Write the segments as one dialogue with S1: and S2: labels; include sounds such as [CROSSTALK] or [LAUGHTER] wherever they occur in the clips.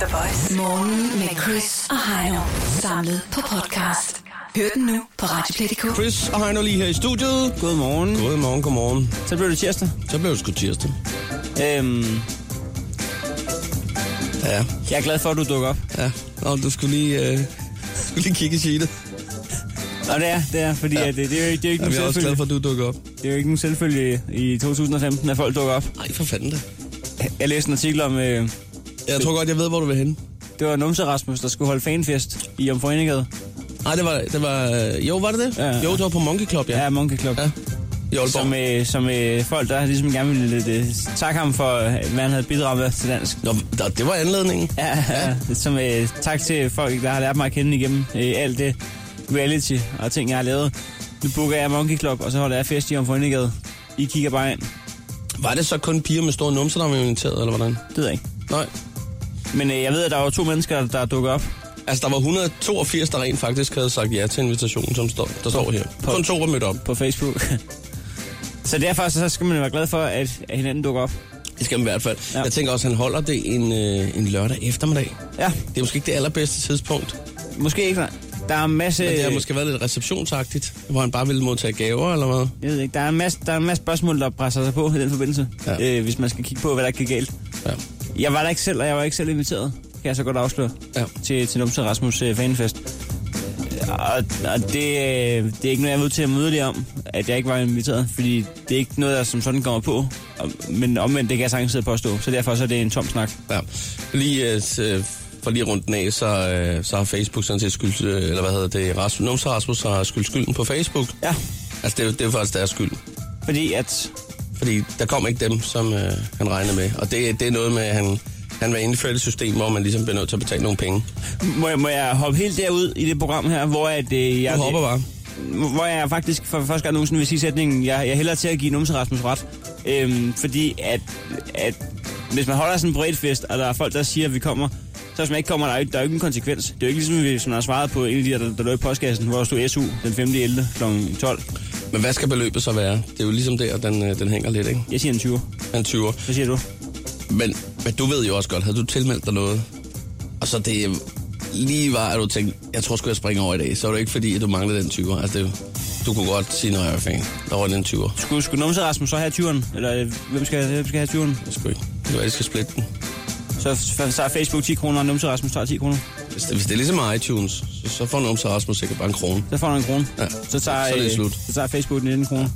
S1: The Voice. Morgen med Chris og Heino. Samlet på podcast. Hør den nu på Radioplay.dk.
S2: Chris og Heino lige her i studiet. Godmorgen.
S3: Godmorgen, godmorgen.
S2: Så blev det tirsdag.
S3: Så blev det sgu tirsdag.
S2: Øhm,
S3: Ja,
S2: jeg er glad for, at du dukker op.
S3: ja. Nå, du skulle lige, øh, skulle lige kigge i sheetet.
S2: Og det er, det er, fordi ja.
S3: Ja.
S2: at, det, det, er jo ikke, det er jo ikke
S3: Jamen, jeg er
S2: nogen
S3: også glad
S2: selvfølge.
S3: for, at du dukker op.
S2: Det er jo ikke nogen selvfølge i 2015, at folk dukker op.
S3: Nej, for fanden da.
S2: Jeg læste en artikel om, øh,
S3: Jeg tror godt, jeg ved, hvor du vil hen.
S2: det var Numse Rasmus, der skulle holde fanfest i Omforeningade.
S3: Nej, det var, det var, øh, jo, var det det?
S2: Ja.
S3: Jo, det var på Monkey Club, ja.
S2: Ja, Monkey Club.
S3: Ja. I Aalborg.
S2: Som, øh, som øh, folk, der ligesom gerne ville lidt, øh, takke ham for, øh, hvad han havde bidraget med til dansk.
S3: Nå, der, det var anledningen.
S2: Ja, ja. som øh, tak til folk, der har lært mig at kende igennem øh, alt det reality og ting, jeg har lavet. Nu booker jeg Monkey Club, og så holder jeg fest i Omforeningade. I kigger bare ind.
S3: Var det så kun piger med store numser, der var inviteret, eller hvordan?
S2: Det ved jeg ikke.
S3: Nej.
S2: Men øh, jeg ved, at der var to mennesker, der dukker op.
S3: Altså, der var 182, der rent faktisk havde sagt ja til invitationen, som står, der står her.
S2: på-
S3: Kun to var mødt op.
S2: på Facebook. [LAUGHS] så derfor så skal man være glad for, at at hinanden dukker op.
S3: Det skal man i hvert fald.
S2: Ja.
S3: Ja. Jeg tænker også, at han holder det en, øh, en lørdag eftermiddag.
S2: Ja,
S3: Det er måske ikke det allerbedste tidspunkt.
S2: måske ikke. nej. Der er en masse...
S3: Men det har måske været lidt receptionsagtigt, hvor han bare ville modtage gaver eller hvad.
S2: Jeg ved ikke, der er en masse, der er en masse spørgsmål, der presser sig på i den forbindelse, ja.
S3: Ja.
S2: øh, hvis man skal kigge på, hvad der gik galt.
S3: Ja.
S2: Jeg var der ikke selv, og jeg var ikke selv inviteret, kan jeg så godt afsløre,
S3: Ja.
S2: til, til Numse Rasmus øh, fanfest. Og, og det, øh, det er ikke noget, jeg er nødt til at møde det om, at jeg ikke var inviteret, fordi det er ikke noget, der som sådan kommer på. Og, men omvendt, det kan jeg sagtens sidde og påstå, så derfor så er det en tom snak.
S3: ja. Lige øh, s- øh, for lige rundt den af, så, øh, så har Facebook sådan set skyldt, øh, eller hvad hedder det, Rasmus, Numse Rasmus har skyldt skylden på Facebook.
S2: Ja,
S3: Altså det, er jo- det er jo faktisk deres skyld.
S2: fordi at
S3: Fordi der kom ikke dem, som øh, han regnede med. Og det, det er noget med, at han, han var indført et system, hvor man ligesom bliver nødt til at betale nogle penge.
S2: Må jeg, må jeg hoppe helt derud i det program her, hvor at, øh, jeg,
S3: Du hopper bare.
S2: hvor jeg faktisk for første gang nogensinde vil sige sætningen, jeg, jeg hælder til at give Numse Rasmus ret. Øhm, fordi at, at hvis man holder sådan en bredt fest, og der er folk, der siger, at vi kommer, så hvis man ikke kommer, der er, jo ikke- der er jo ikke en konsekvens. Det er jo ikke ligesom, hvis man har svaret på en af de der, der, der lå i postkassen, hvor der stod SU den 5. 11. kl. 12.
S3: Men hvad skal beløbet så være? Det er jo ligesom der, den, øh, den hænger lidt, ikke?
S2: Jeg siger en 20.
S3: Han 20'er.
S2: Hvad siger du?
S3: Men, men du ved jo også godt, havde du tilmeldt dig noget, og så det øh, lige var, at du tænkte, jeg tror sgu, jeg springer over i dag, så var det ikke fordi, at du manglede den 20'er. Altså, det, du kunne godt sige, når jeg er fan, der var den 20'er.
S2: Skulle, skulle Numse Rasmus så have 20'eren? Eller øh, hvem skal, hvem skal have 20'eren?
S3: Det skulle ikke. Det var, jeg skal splitte den.
S2: Så, så, så er Facebook 10 kroner, og Numse Rasmus tager 10 kroner.
S3: Hvis det, hvis det er ligesom iTunes, så, så får nogen så Rasmus sikkert bare en krone.
S2: Så får du en krone.
S3: Ja,
S2: Så tager,
S3: så er det
S2: øh,
S3: slut.
S2: Så tager Facebook 19 kroner.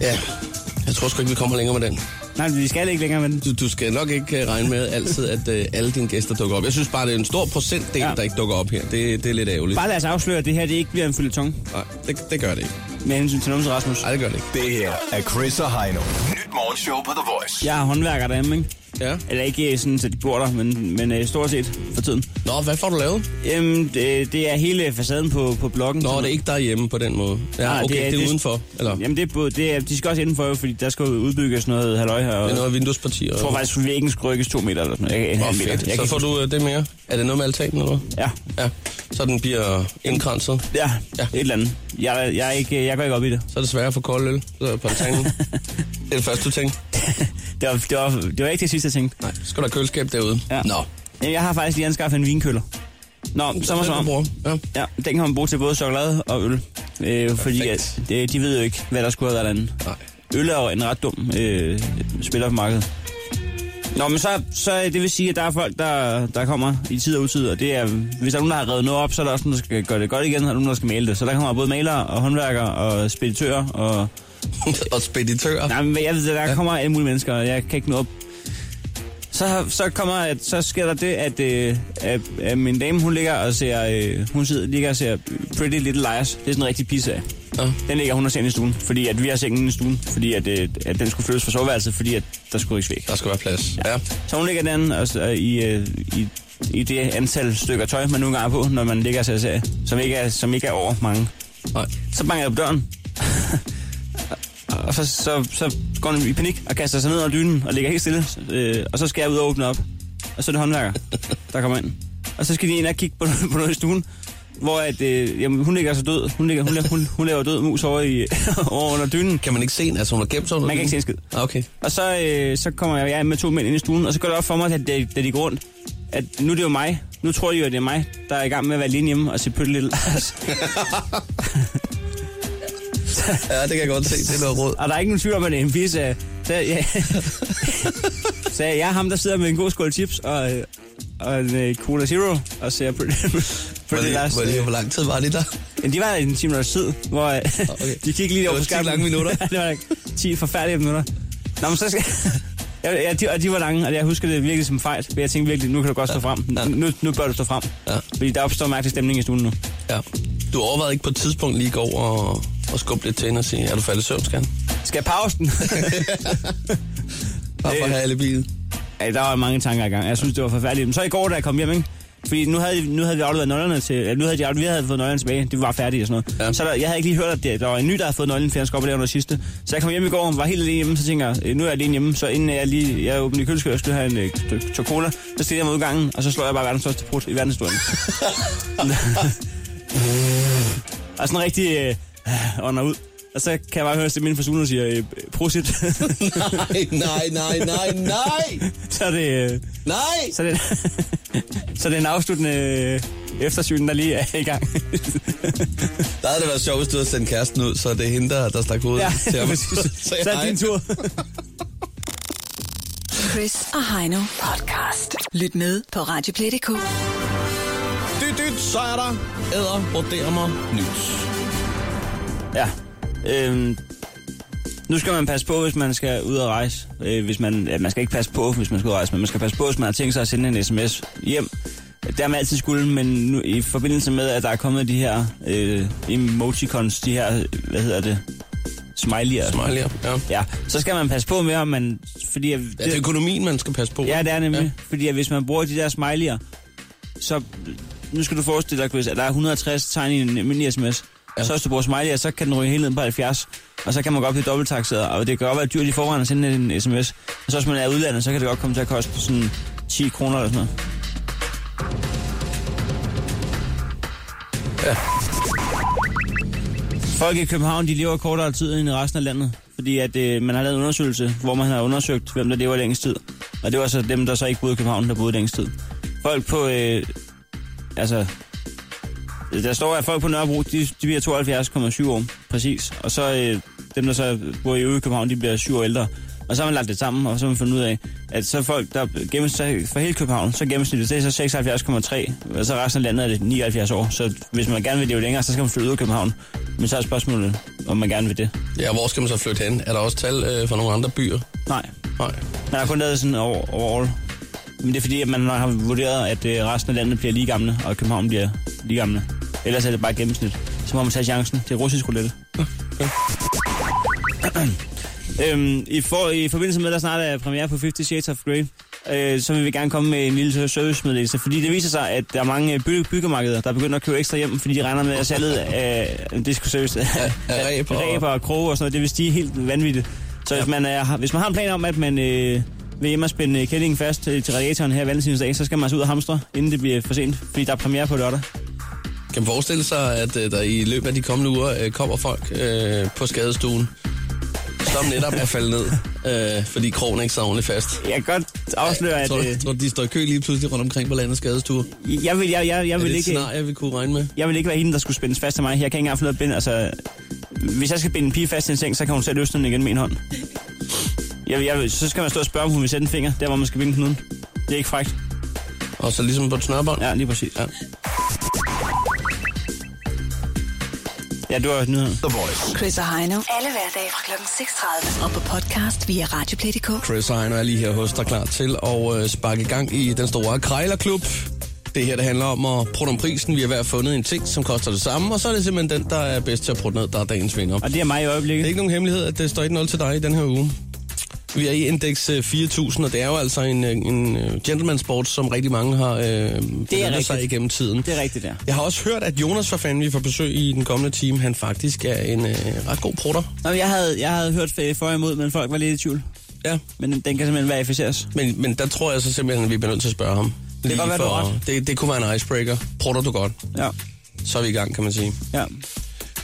S3: Ja, jeg tror sgu ikke, vi kommer længere med den.
S2: Nej, vi skal ikke længere med den.
S3: Du, du skal nok ikke øh, regne med altid, at øh, alle dine gæster dukker op. Jeg synes bare, det er en stor procentdel,
S2: Ja.
S3: ja. der ikke dukker op her. Det, det er lidt ærgerligt.
S2: Bare lad os afsløre, at det her det ikke bliver en følgetong
S3: Nej, det, det gør det ikke.
S2: med hensyn til Numse Rasmus.
S3: Nej, det gør det ikke.
S4: Det her er Chris og Heino. Nyt morgenshow på The Voice.
S2: Jeg er håndværker derhjemme, ikke?
S3: Ja.
S2: Eller ikke øh, sådan, så de bor der, men, men øh, stort set for tiden.
S3: Nå, hvad får du lavet?
S2: Jamen, det, det er hele facaden på, på blokken.
S3: Nå,
S2: Sådan-
S3: det er ikke derhjemme på den måde.
S2: Nej,
S3: Ja, okay, det er, det er udenfor. Eller,
S2: Jamen, det er både, det er, de skal også indenfor, jo, fordi der skal jo udbygges noget halløj her. Og
S3: det er
S2: jeg
S3: noget vinduesparti. Og...
S2: tror faktisk, at væggen skal rykkes to meter eller sådan noget. Jeg,
S3: Åh,
S2: jeg, jeg,
S3: fedt.
S2: jeg, jeg
S3: Så får du øh, det mere. Er det noget med altanen, eller hvad?
S2: Ja,
S3: Ja. Så den bliver indkranset.
S2: ja, ja,
S3: Ja.
S2: et eller andet. Jeg, jeg, er ikke, jeg går ikke op i det.
S3: Så
S2: [LAUGHS]
S3: er det sværere at få kold øl så på altanen. det er det første, du tænker.
S2: Det var, det var, det var ikke det sidste, jeg tænkte.
S3: Nej, så skal der køleskab derude.
S2: Ja.
S3: Nå.
S2: Jamen, jeg har faktisk lige anskaffet en vinkøller. Nå, så må
S3: Så er det,
S2: som
S3: du
S2: om.
S3: bruger. Ja.
S2: Ja, den kan man bruge til både chokolade og øl. Øh, fordi at,
S3: Perfekt.
S2: det, de ved jo ikke, hvad der skulle have været derinde.
S3: Nej. [LAUGHS]
S2: Øl er jo en ret dum øh, spiller på markedet. Nå, men så, så øh, det vil sige, at der er folk, der, der kommer i tid og utid, og det er, hvis der er nogen, der har reddet noget op, så er der også nogen, der skal gøre det godt igen, og nogen, der skal male det. Så der kommer både malere og håndværkere og speditører og...
S3: og speditører.
S2: Nej, men jeg ved, der kommer alle mulige mennesker, og jeg kan ikke nå op. Så, så, kommer, at, så sker der det, at, øh, at, at min dame, hun ligger og ser, øh, hun sidder, ligger og ser Pretty Little Liars. Det er sådan en rigtig pisse
S3: Ja.
S2: den ligger hun og ser inde i stuen, fordi at vi har sengen inde i stuen, fordi at, øh, at den skulle flyttes fra soveværelset, fordi at der skulle ikke væk.
S3: Der skal være plads. Ja.
S2: Så hun ligger den og, så, øh, i, øh, i, i det antal stykker tøj, man nu engang er på, når man ligger og ser serie, som ikke er, som ikke er over mange.
S3: Nej.
S2: Så banker jeg på døren, og så, så, så går hun i panik og kaster sig ned under dynen og ligger helt stille, øh, og så skal jeg ud og åbne op, og så er det håndværker, der kommer ind. Og så skal de ind og kigge på, på noget i stuen, hvor at, øh, jamen, hun ligger så død. Hun, ligger, hun, hun, hun, hun laver død mus over, i, [LAUGHS] over under dynen.
S3: Kan man ikke se hende? Altså, hun har gemt sig under
S2: Man kan ikke se en
S3: dynen?
S2: skid.
S3: Ah, Okay.
S2: Og så, øh, så kommer jeg, jeg er med to mænd ind i stuen, og så går det op for mig, at øh, da, da de går rundt, at nu er det jo mig. Nu tror de jo, at det er mig, der er i gang med at være alene hjemme og se Pøtte Lille Lars.
S3: Ja, det kan jeg godt se. Det er noget råd.
S2: Og der er ikke nogen tvivl om, at det er en pisse. af- Så,
S3: [LAUGHS]
S2: ja. så jeg er ham, der sidder med en god skål chips og, øh, og en øh, Cola Zero og ser Pøtte
S3: Hvor,
S2: Pøtte Lille Lars.
S3: hvor, hvor, hvor lang tid var det der?
S2: Men de var i en time minutters tid, hvor øh, okay. de kiggede lige
S3: var
S2: over på
S3: 10
S2: skærmen.
S3: lange minutter.
S2: [LAUGHS] Ja, det var 10 forfærdelige minutter. Nå, men så skal... Ja, ja, de, og de var lange, og jeg husker det virkelig som fejl. For jeg tænkte virkelig, nu kan du godt stå frem.
S3: ja.
S2: Nu, nu bør du stå frem.
S3: Ja.
S2: Fordi der opstår en mærkelig stemning i stuen nu.
S3: Ja. Du overvejede ikke på et tidspunkt lige gå over og, og skubbe lidt til hende og sige, er du faldet i søvn, skat?
S2: Skal jeg pause den?
S3: Bare for at
S2: Øh.
S3: have alle bilen.
S2: ja, der var mange tanker i gang. Jeg synes, det var forfærdeligt. Men så i går, da jeg kom hjem, ikke? Fordi nu havde, nu havde vi afleveret nøglerne til... Ja, nu havde de afleveret, vi havde fået nøglerne tilbage. Det var færdigt og sådan noget.
S3: Ja.
S2: Så der, jeg havde ikke lige hørt, at der, der var en ny, der havde fået nøglen, for jeg skulle op og lave noget sidste. Så jeg kom hjem i går, var helt alene hjemme, så tænker jeg, øh, nu er jeg alene hjemme. Så inden jeg lige jeg åbnede køleskabet, og skulle have en øh, tår- tår cola, så stiller jeg mig ud i gangen, og så slår jeg bare verdens største prut i verdenshistorien. [LAUGHS] og sådan rigtig øh, ånder ud. Og så kan jeg bare høre stemmen fra Sune, der siger, øh, prosit. [LAUGHS]
S3: nej, nej, nej, nej, nej,
S2: så er det... Øh,
S3: nej.
S2: så [LAUGHS] det, så det er en afsluttende øh, eftersyn, der lige er i gang.
S3: Der havde det været sjovt, hvis du havde sendt kæresten ud, så det er hende, der, der stak hovedet
S2: ja,
S3: til [LAUGHS] ham.
S2: præcis. [LAUGHS] Så
S3: Sagde
S2: er
S3: hej.
S2: det din tur.
S1: Chris og Heino podcast. Lyt med på Radioplay.dk.
S3: Dyt, dyt, så er der æder, vurderer mig nyt.
S2: [LAUGHS] ja. Øhm, nu skal man passe på, hvis man skal ud og rejse. Øh, hvis man, ja, man skal ikke passe på, hvis man skal ud og rejse, men man skal passe på, hvis man har tænkt sig at sende en sms hjem. Det har man altid skulle, men nu, i forbindelse med, at der er kommet de her øh, emoticons, de her, øh, hvad hedder det, smiley'er.
S3: Smiley'er, ja.
S2: Ja, så skal man passe på med, om man... Fordi, at-
S3: Ja, det er økonomien, man skal passe på.
S2: Ja, det er nemlig.
S3: Ja.
S2: Ja. Fordi at hvis man bruger de der smiley'er, så... Nu skal du forestille dig, Chris, at der er 160 tegn i en almindelig sms. Ja. Så hvis du bruger smiley'er, så kan den ryge hele ned på 70. Og så kan man godt blive dobbelttaxeret. Og det kan godt være dyrt i forvejen at sende en sms. Og så hvis man er i udlandet, så kan det godt komme til at koste sådan 10 kroner eller sådan noget.
S3: Ja.
S2: Folk i København, de lever kortere tid end i resten af landet. Fordi at øh, man har lavet en undersøgelse, hvor man har undersøgt, hvem der lever længst tid. Og det var så dem, der så ikke boede i København, der boede længst tid. Folk på... Øh, altså, der står, at folk på Nørrebro, de, de bliver 72,7 år, præcis. Og så øh, dem, der så bor i øvrigt København, de bliver 7 år ældre. Og så har man lagt det sammen, og så har man fundet ud af, at så folk, der gennemsnit for hele København, så gennemsnittet, det er så 76,3, og så resten af landet er det 79 år. Så hvis man gerne vil leve længere, så skal man flytte ud af København. Men så er spørgsmålet, om man gerne vil det.
S3: Ja, hvor skal man så flytte hen? Er der også tal øh, for nogle andre byer?
S2: Nej,
S3: Nej.
S2: man har kun lavet sådan over, overall. Men det er fordi, at man har vurderet, at øh, resten af landet bliver lige gamle, og København bliver lige gamle. Ellers er det bare gennemsnit. Så må man tage chancen. Det er russisk roulette. Øhm, i, for, I forbindelse med, at der snart er premiere på 50 Shades of Grey, øh, så vil vi gerne komme med en lille servicemeddelelse, fordi det viser sig, at der er mange øh, by- byggemarkeder, der begynder at købe ekstra hjem, fordi de regner med, at salget af øh, disco-service af
S3: af ræb
S2: [LAUGHS]
S3: og-
S2: ræber og kroge og sådan noget, det vil stige helt vanvittigt. Så hvis, man, er, hvis man har en plan om, at man øh, vil hjem og spænde øh, kællingen fast øh, til radiatoren her valentinsdag, så skal man altså ud og hamstre, inden det bliver for sent, fordi der er premiere på lørdag.
S3: Kan man forestille sig, at øh, der i løbet af de kommende uger øh, kommer folk øh, på skadestuen, som netop er faldet
S2: [LAUGHS]
S3: ned, øh, fordi krogen ikke sad ordentligt fast?
S2: Jeg kan godt afsløre, at
S3: tror,
S2: øh,
S3: jeg tror, de står i kø lige pludselig rundt omkring på landets skadestuer.
S2: jeg vil, jeg, jeg, jeg
S3: Er
S2: vil
S3: det et
S2: ikke...
S3: scenarie, vi kunne regne med?
S2: jeg vil ikke være hende, der skulle spændes fast af mig. Jeg kan ikke engang finde noget at binde. Altså, hvis jeg skal binde en pige fast i en seng, så kan hun selv løsne den igen med en hånd. Jeg, jeg, så skal man stå og spørge, om hun vil sætte en finger, der hvor man skal binde knuden. Det er ikke frækt.
S3: Og så ligesom på et snørbånd?
S2: Ja, lige præcis. Ja,
S3: Ja.
S2: ja du har hørt nyheden.
S4: The Voice.
S1: Chris og Heino. Alle hverdage fra kl. 6.30. Og på podcast via Radioplay.dk.
S3: Chris og Heino er lige her hos dig klar til at øh, sparke i gang i den store Krejlerklub. Det her, det handler om at prutte om prisen. Vi har hver fundet en ting, som koster det samme, og så er det simpelthen den, der er bedst til at prutte ned, der er dagens vinder.
S2: Og det er mig i
S3: Det er
S2: øjeblikket.
S3: ikke nogen hemmelighed, at det står 1-0 til dig i den her uge. Vi er i indeks øh, 4000, og det er jo altså en, øh, en øh, gentleman sport, som rigtig mange har øh, benyttet sig
S2: rigtigt.
S3: igennem tiden.
S2: Det er rigtigt, der.
S3: Jeg har også hørt, at Jonas for fanden, vi får besøg i den kommende time, han faktisk er en øh, ret god prutter.
S2: Nå, men jeg havde, jeg havde hørt for og imod, men folk var lidt i tvivl.
S3: Ja.
S2: Men den kan simpelthen verificeres.
S3: Men, men der tror jeg så simpelthen, at vi bliver nødt til at spørge ham. Det
S2: godt være, du har ret.
S3: det, det kunne være en icebreaker. Prutter du godt?
S2: Ja.
S3: så er vi i gang, kan man sige.
S2: Ja.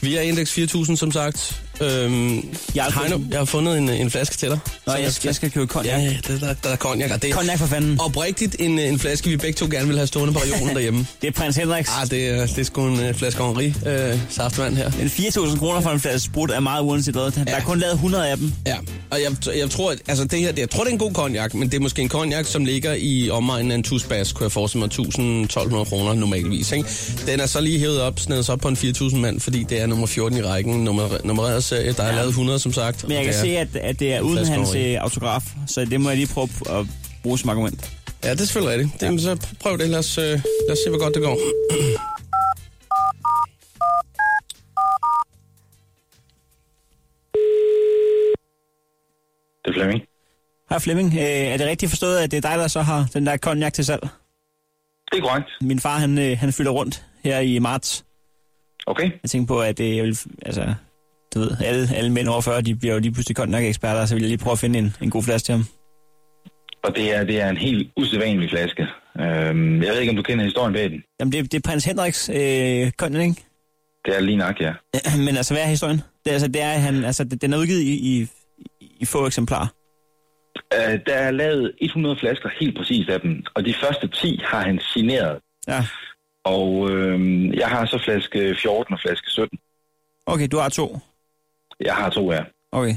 S3: Vi er indeks 4000, som sagt. Øhm, jeg,
S2: Jeg
S3: har
S2: har
S3: Heino,
S2: fundet-
S3: jeg har fundet en, en flaske til dig.
S2: Nå,
S3: Som
S2: jeg, skal, jeg skal købe konjak.
S3: Ja, ja, der, der, der er konjak. og Det er
S2: Konjak for fanden.
S3: Mm. oprigtigt en, øh, en flaske, vi begge to gerne vil have stående på regionen derhjemme.
S2: Det er prins Henriks.
S3: Ah, det, er, det er sgu en øh, flaske Henri øh, saftvand her.
S2: Men 4.000 kroner for en flaske sprut er meget uanset hvad. Der ja. er kun lavet 100 af dem.
S3: Ja, og jeg, jeg tror, at, altså det her, det, jeg tror, det er en god konjak, men det er måske en konjak, som ligger i omegnen af en tusbas, kunne jeg forestille mig, 1.200 kroner normalvis. Ikke? Den er så lige hævet op, snedet op på en 4.000 mand, fordi det er nummer 14 i rækken, nummer, nummereret serie, der er
S2: Ja.
S3: lavet 100, som sagt.
S2: Men jeg
S3: og
S2: kan
S3: det er-
S2: se, at, at det er uden
S3: flaske
S2: hans
S3: Henri.
S2: øh, autograf, så det må jeg lige prøve at bruge som argument.
S3: Ja, det er selvfølgelig rigtigt. Jamen, så prøv det. Lad os, øh, lad os se, hvor godt det går.
S5: Det er Flemming.
S2: Hej Flemming, øh, er det rigtigt forstået, at det er dig, der så har den der konjak til salg?
S5: Det er korrekt.
S2: Min far, han, øh, han fylder rundt her i marts.
S5: Okay.
S2: Jeg tænkte på, at øh, jeg vil, altså, du ved, alle, alle mænd over 40, de bliver jo lige pludselig konjak-eksperter, så vil jeg lige prøve at finde en, en god flaske til ham.
S5: Og det er, det er en helt usædvanlig flaske. Øhm, jeg ved ikke, om du kender historien bag den.
S2: Jamen, det, det er prins Henriks øh, konjak, ikke?
S5: Det er lige nok, ja.
S2: [CLEARS THROAT] Men altså, hvad er historien? Det, er altså, det er, at han, altså, det, den er udgivet i, i, i få eksemplarer.
S5: Øh, der er lavet 100 flasker helt præcist af dem, og de første 10 har han signeret.
S2: Ja,
S5: Og øhm, jeg har så flaske 14 og flaske 17.
S2: okay, du har to.
S5: Jeg har to af.
S2: Okay.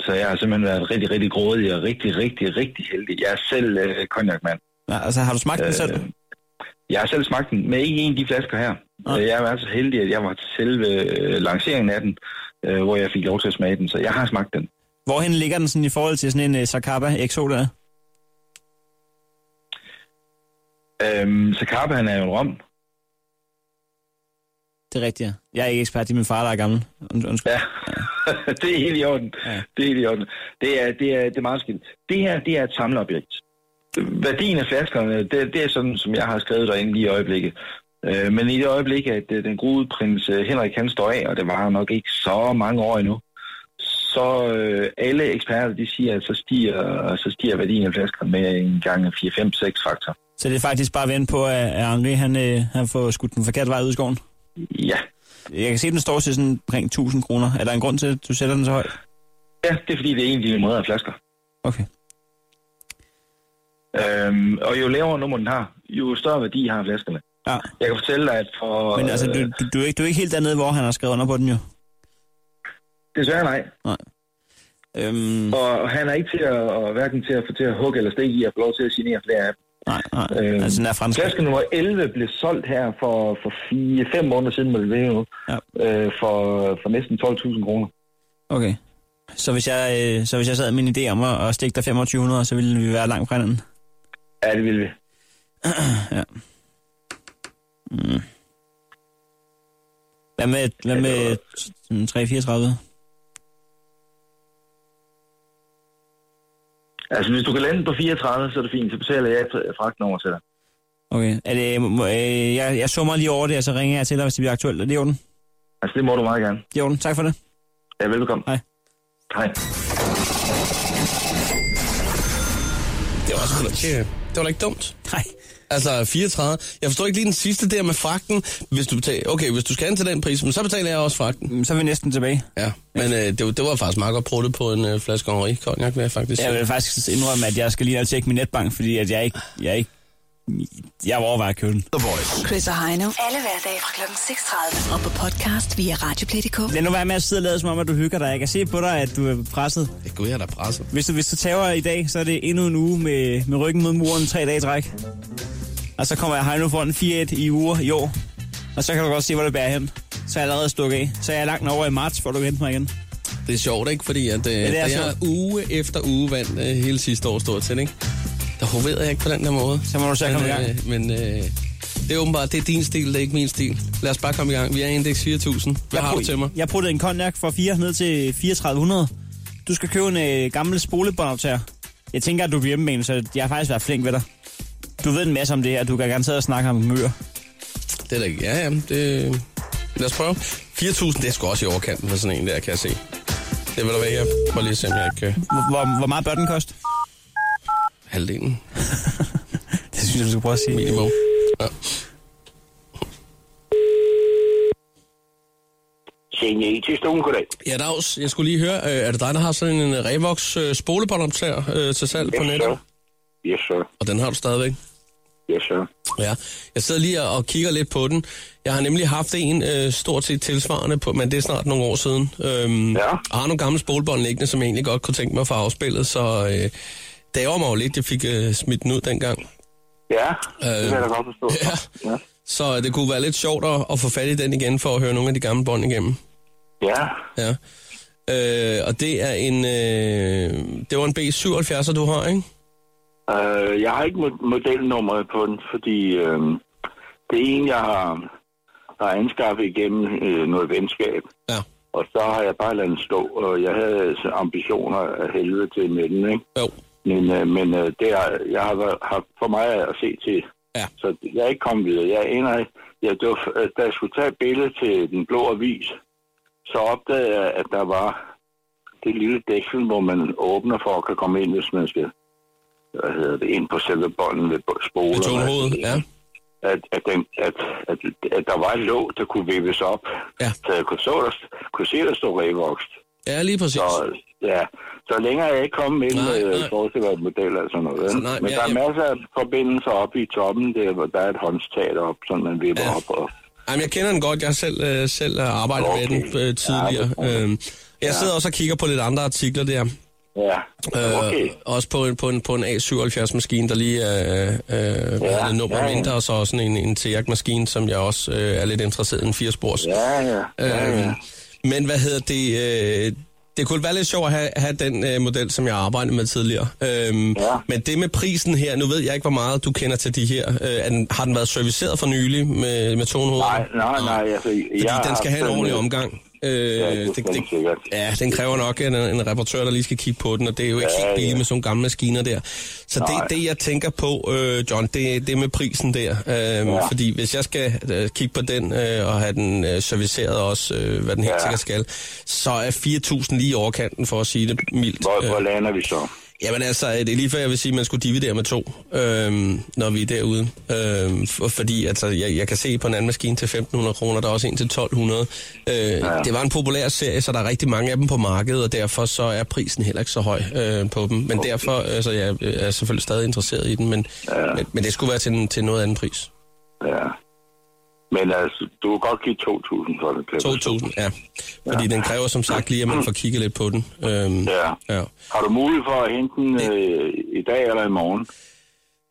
S5: Så jeg har simpelthen været rigtig, rigtig grådig og rigtig, rigtig, rigtig heldig. Jeg er selv øh, konjakmand.
S2: Ja, altså, har du smagt den selv?
S5: Øh, jeg har selv smagt den, men ikke en af de flasker her.
S2: Nej.
S5: Øh, Jeg var så heldig, at jeg var til selve øh, lanceringen af den, øh, hvor jeg fik lov til at smage den, så jeg har smagt den.
S2: Hvorhen ligger den sådan i forhold til sådan en uh, Sakaba XO der?
S5: Øhm, så Carpe, han er jo en rom. [LAUGHS]
S2: Det er rigtigt, ja. Jeg er ikke ekspert, det er min far, der er gammel. Und, undskyld.
S5: Ja, det er helt i orden.
S2: Ja.
S5: Det er helt i orden. Det er, det er, det er meget skidt. Det her, det er et samleobjekt. Værdien af flaskerne, det, det er sådan, som jeg har skrevet derinde lige i øjeblikket. Øh, men i det øjeblik, at øh, den gode prins øh, Henrik han står af, og det var nok ikke så mange år endnu, så øh, alle eksperter, de siger, at så stiger, så stiger værdien af flaskerne med en gang 4-5-6 faktor.
S2: Så det er faktisk bare at vente på, at, at Henri, han, øh, han får skudt den forkerte vej ud i skoven.
S5: Ja.
S2: Jeg kan se, at den står til sådan omkring 1000 kroner. Er der en grund til, at du sætter den så højt?
S5: ja, det er fordi, det er en af de nummererede flasker.
S2: Okay.
S5: Øhm, og jo lavere nummer den har, jo større værdi har flaskerne.
S2: Ja,
S5: Jeg kan fortælle dig, at for...
S2: men altså, du,
S5: øh,
S2: du, du, er ikke, du er ikke helt dernede, hvor han har skrevet under på den jo.
S5: Desværre nej.
S2: Øhm,
S5: Og han er ikke til at, og hverken til at få til at hugge eller stikke i at få lov til at signere flere af dem.
S2: nej, nej.
S5: Øhm,
S2: altså, den er fransk.
S5: Flaske nummer 11 blev solgt her for, for 4-5 måneder siden, må det være nu,
S2: Ja.
S5: øh, for, for næsten 12.000 kroner.
S2: Okay. Så hvis jeg, øh, så hvis jeg sad med en idé om at, at stikke dig 2500, så ville vi være langt fra hinanden.
S5: Ja, det vil vi.
S2: Hvad med, hvad med sådan 334?
S5: Altså, hvis du kan lande på 34, så er det fint. Så betaler jeg et fragtnummer til dig.
S2: Okay. Er det, må- må- øh, jeg, jeg summer lige over det, og så ringer jeg til dig, hvis det bliver aktuelt. Er det i orden?
S5: Altså, det må du meget gerne.
S2: Det er i orden. Tak for det.
S5: Ja, velbekomme.
S2: Hej.
S5: Hej.
S3: Det var sgu da, det, det var da ikke dumt.
S2: [LAUGHS] Nej.
S3: Altså 34. Jeg forstår ikke lige den sidste der med fragten. Hvis du betaler, okay, hvis du skal ind til den pris, men så betaler jeg også fragten.
S2: Mm, Så er vi næsten tilbage.
S3: Ja, men øh, det, var- det, var faktisk meget godt pruttet på en øh, flaske Henri konjak, vil jeg faktisk
S2: Jeg
S3: sige.
S2: vil faktisk indrømme, at jeg skal lige tjekke min netbank, fordi at jeg ikke... Jeg, ikke, jeg var overvejet at købe den.
S4: The Voice.
S1: Chris og Heino. Alle hverdage fra kl. 6.30. Og på podcast via Radioplay.dk.
S2: Lad nu være med at sidde og lade som om, at du hygger dig. Jeg kan se på dig, at du er presset.
S3: Ja, Gud, jeg er da presset.
S2: Hvis du, hvis du tager i dag, så er det endnu en uge med, med ryggen mod muren, tre dage i træk. Og så kommer jeg Heino foran 4-1 i uger i år. Og så kan du godt se, hvor det bærer hen. Så er jeg allerede stukket af. Så er jeg langt over i marts, hvor du kan hente mig igen.
S3: Det er sjovt, ikke? Fordi at, øh, ja,
S2: er
S3: da jeg
S2: sjovt.
S3: uge efter uge vandt øh, hele sidste år stort set, ikke? Der hoverede jeg ikke på den der måde.
S2: Så må du selv
S3: men,
S2: komme i gang.
S3: Øh, men øh, det er åbenbart, det er din stil, det er ikke min stil. Lad os bare komme i gang. Vi er i indeks 4000. Hvad har du til mig?
S2: Jeg puttede en konjak fra 4 ned til 3400. Du skal købe en øh, gammel spolebåndoptager. Jeg tænker, at du bliver hjemme med en, så jeg har faktisk været flink ved dig. Du ved en masse om det her, du kan garanteret snakke om møer.
S3: Det er da ikke... Ja, ja, det... Lad os prøve. 4.000, det er sgu også i overkanten for sådan en der, kan jeg se. Det vil der være, jeg må lige se, om jeg ikke... øh,
S2: Hvor, hvor, hvor meget bør den koste?
S3: Halvdelen
S2: Det synes jeg, du skal prøve at sige.
S3: minimum. Ja.
S6: Senja IT-stuen, goddag.
S3: Ja, Dags, jeg skulle lige høre, øh, er det dig, der har sådan en øh, Revox øh, spolebåndoptager øh, til salg på
S6: Yes,
S3: nettet?
S6: sir. Yes, sir.
S3: Og den har du stadigvæk?
S6: Yes, sir.
S3: Ja, jeg sidder lige og og kigger lidt på den. Jeg har nemlig haft en øh, stort set tilsvarende, på, men det er snart nogle år siden. Øhm,
S6: Ja.
S3: Og har nogle gamle spolebånd liggende, som jeg egentlig godt kunne tænke mig at få afspillet, så øh, det ærger mig jo lidt, jeg fik øh, smidt den ud dengang.
S6: Ja,
S3: Øh,
S6: det kan jeg da godt forstå.
S3: ja.
S6: ja.
S3: Så øh, det kunne være lidt sjovt at, at få fat i den igen, for at høre nogle af de gamle bånd igennem.
S6: Ja,
S3: Ja. Øh, og det er en... Øh, det var en B77, du har, ikke?
S6: øh, jeg har ikke mo- modelnummeret på den, fordi øh, det er en, jeg har, har anskaffet igennem øh, noget venskab.
S3: Ja.
S6: Og så har jeg bare ladet den stå, og jeg havde altså ambitioner af helvede til med den, ikke?
S3: Jo.
S6: Men, øh, men øh, det har, jeg har været- haft for meget at se til.
S3: Ja.
S6: Så jeg er ikke kommet videre. Jeg ender, jeg, det var, f- øh, da jeg skulle tage et billede til den blå avis, så opdagede jeg, at der var det lille dæksel, hvor man åbner for at kan komme ind, hvis man skal hvad hedder det, ind på selve bånden ved bo- spoler.
S3: Med tunghovedet, ja.
S6: At, at, den, at, at, at, der var et låg, der kunne vippes op,
S3: Ja.
S6: så jeg kunne, så der, kunne se, der stod revokst.
S3: Ja, lige præcis.
S6: Så, ja, så længere er jeg ikke kommet ind
S3: Nej,
S6: med
S3: nej.
S6: øh, forhold til at være model eller sådan noget.
S3: Altså,
S6: vel?
S3: nej,
S6: Men
S3: ja,
S6: der er
S3: ja.
S6: masser af forbindelser oppe i toppen, der, hvor der er et håndstag deroppe, sådan man vipper
S3: Ja.
S6: ja. op. Og,
S3: Jamen, jeg kender den godt. Jeg har selv, øh, selv øh, arbejdet okay.
S6: Okay.
S3: med den øh, tidligere.
S6: Ja,
S3: øh,
S6: det-
S3: jeg sidder også og kigger på lidt andre artikler der.
S6: ja,
S3: Øh,
S6: okay.
S3: Også på en, på en, på en A77-maskine, der lige er øh, øh, ja, et nummer
S6: ja,
S3: ja,
S6: ja.
S3: mindre, og så også sådan en, en TIAC-maskine, som jeg også øh, er lidt interesseret i, en firespors.
S6: Ja, ja. ja,
S3: Øh,
S6: ja.
S3: men hvad hedder det? Øh, det kunne være lidt sjovt at have, have den øh, model, som jeg arbejdede med tidligere. Øhm, ja. Men det med prisen her, nu ved jeg ikke, hvor meget du kender til de her. Øh, er den, har den været serviceret for nylig med, med tonehovedet?
S6: Nej, nej, nej. Altså,
S3: Fordi
S6: jeg
S3: den
S6: har
S3: skal have en
S6: haft
S3: ordentlig
S6: øh,
S3: omgang. Øh,
S6: Ja, det er
S3: det,
S6: fandme sikkert.
S3: ja, den kræver nok en, en reparatør, der lige skal kigge på den, og det er jo ikke
S6: Ja,
S3: helt billigt
S6: ja.
S3: med sådan nogle gamle maskiner der. Så
S6: Nej.
S3: det, det, jeg tænker på, øh, John, det, det med prisen der. Øh, ja.
S6: Ja.
S3: Fordi hvis jeg skal øh, kigge på den øh, og have den øh, serviceret også, øh, hvad den helt
S6: Ja.
S3: sikkert skal, så er 4.000 lige i overkanten, for at sige det mildt.
S6: Hvor,
S3: Øh,
S6: hvor lander vi så?
S3: Jamen altså, det er lige før jeg vil sige, at man skulle dividere med to, øhm, når vi er derude. Øhm, for, fordi altså, jeg, jeg kan se på en anden maskine til 1.500 kroner, der er også en til 1.200. Øh, ja. Det var en populær serie, så der er rigtig mange af dem på markedet, og derfor så er prisen heller ikke så høj øh, på dem. Men okay. derfor altså, jeg er selvfølgelig stadig interesseret i den, men, ja. men, men det skulle være til, en- til noget anden pris.
S6: Ja. Men altså, du kan godt give 2.000 for det. kan jeg forstå.
S3: 2.000, ja. Fordi ja. den kræver som sagt lige, at man får kigget lidt på den. Øhm,
S6: Ja.
S3: ja.
S6: Har du mulighed for at hente den øh, i dag eller i morgen?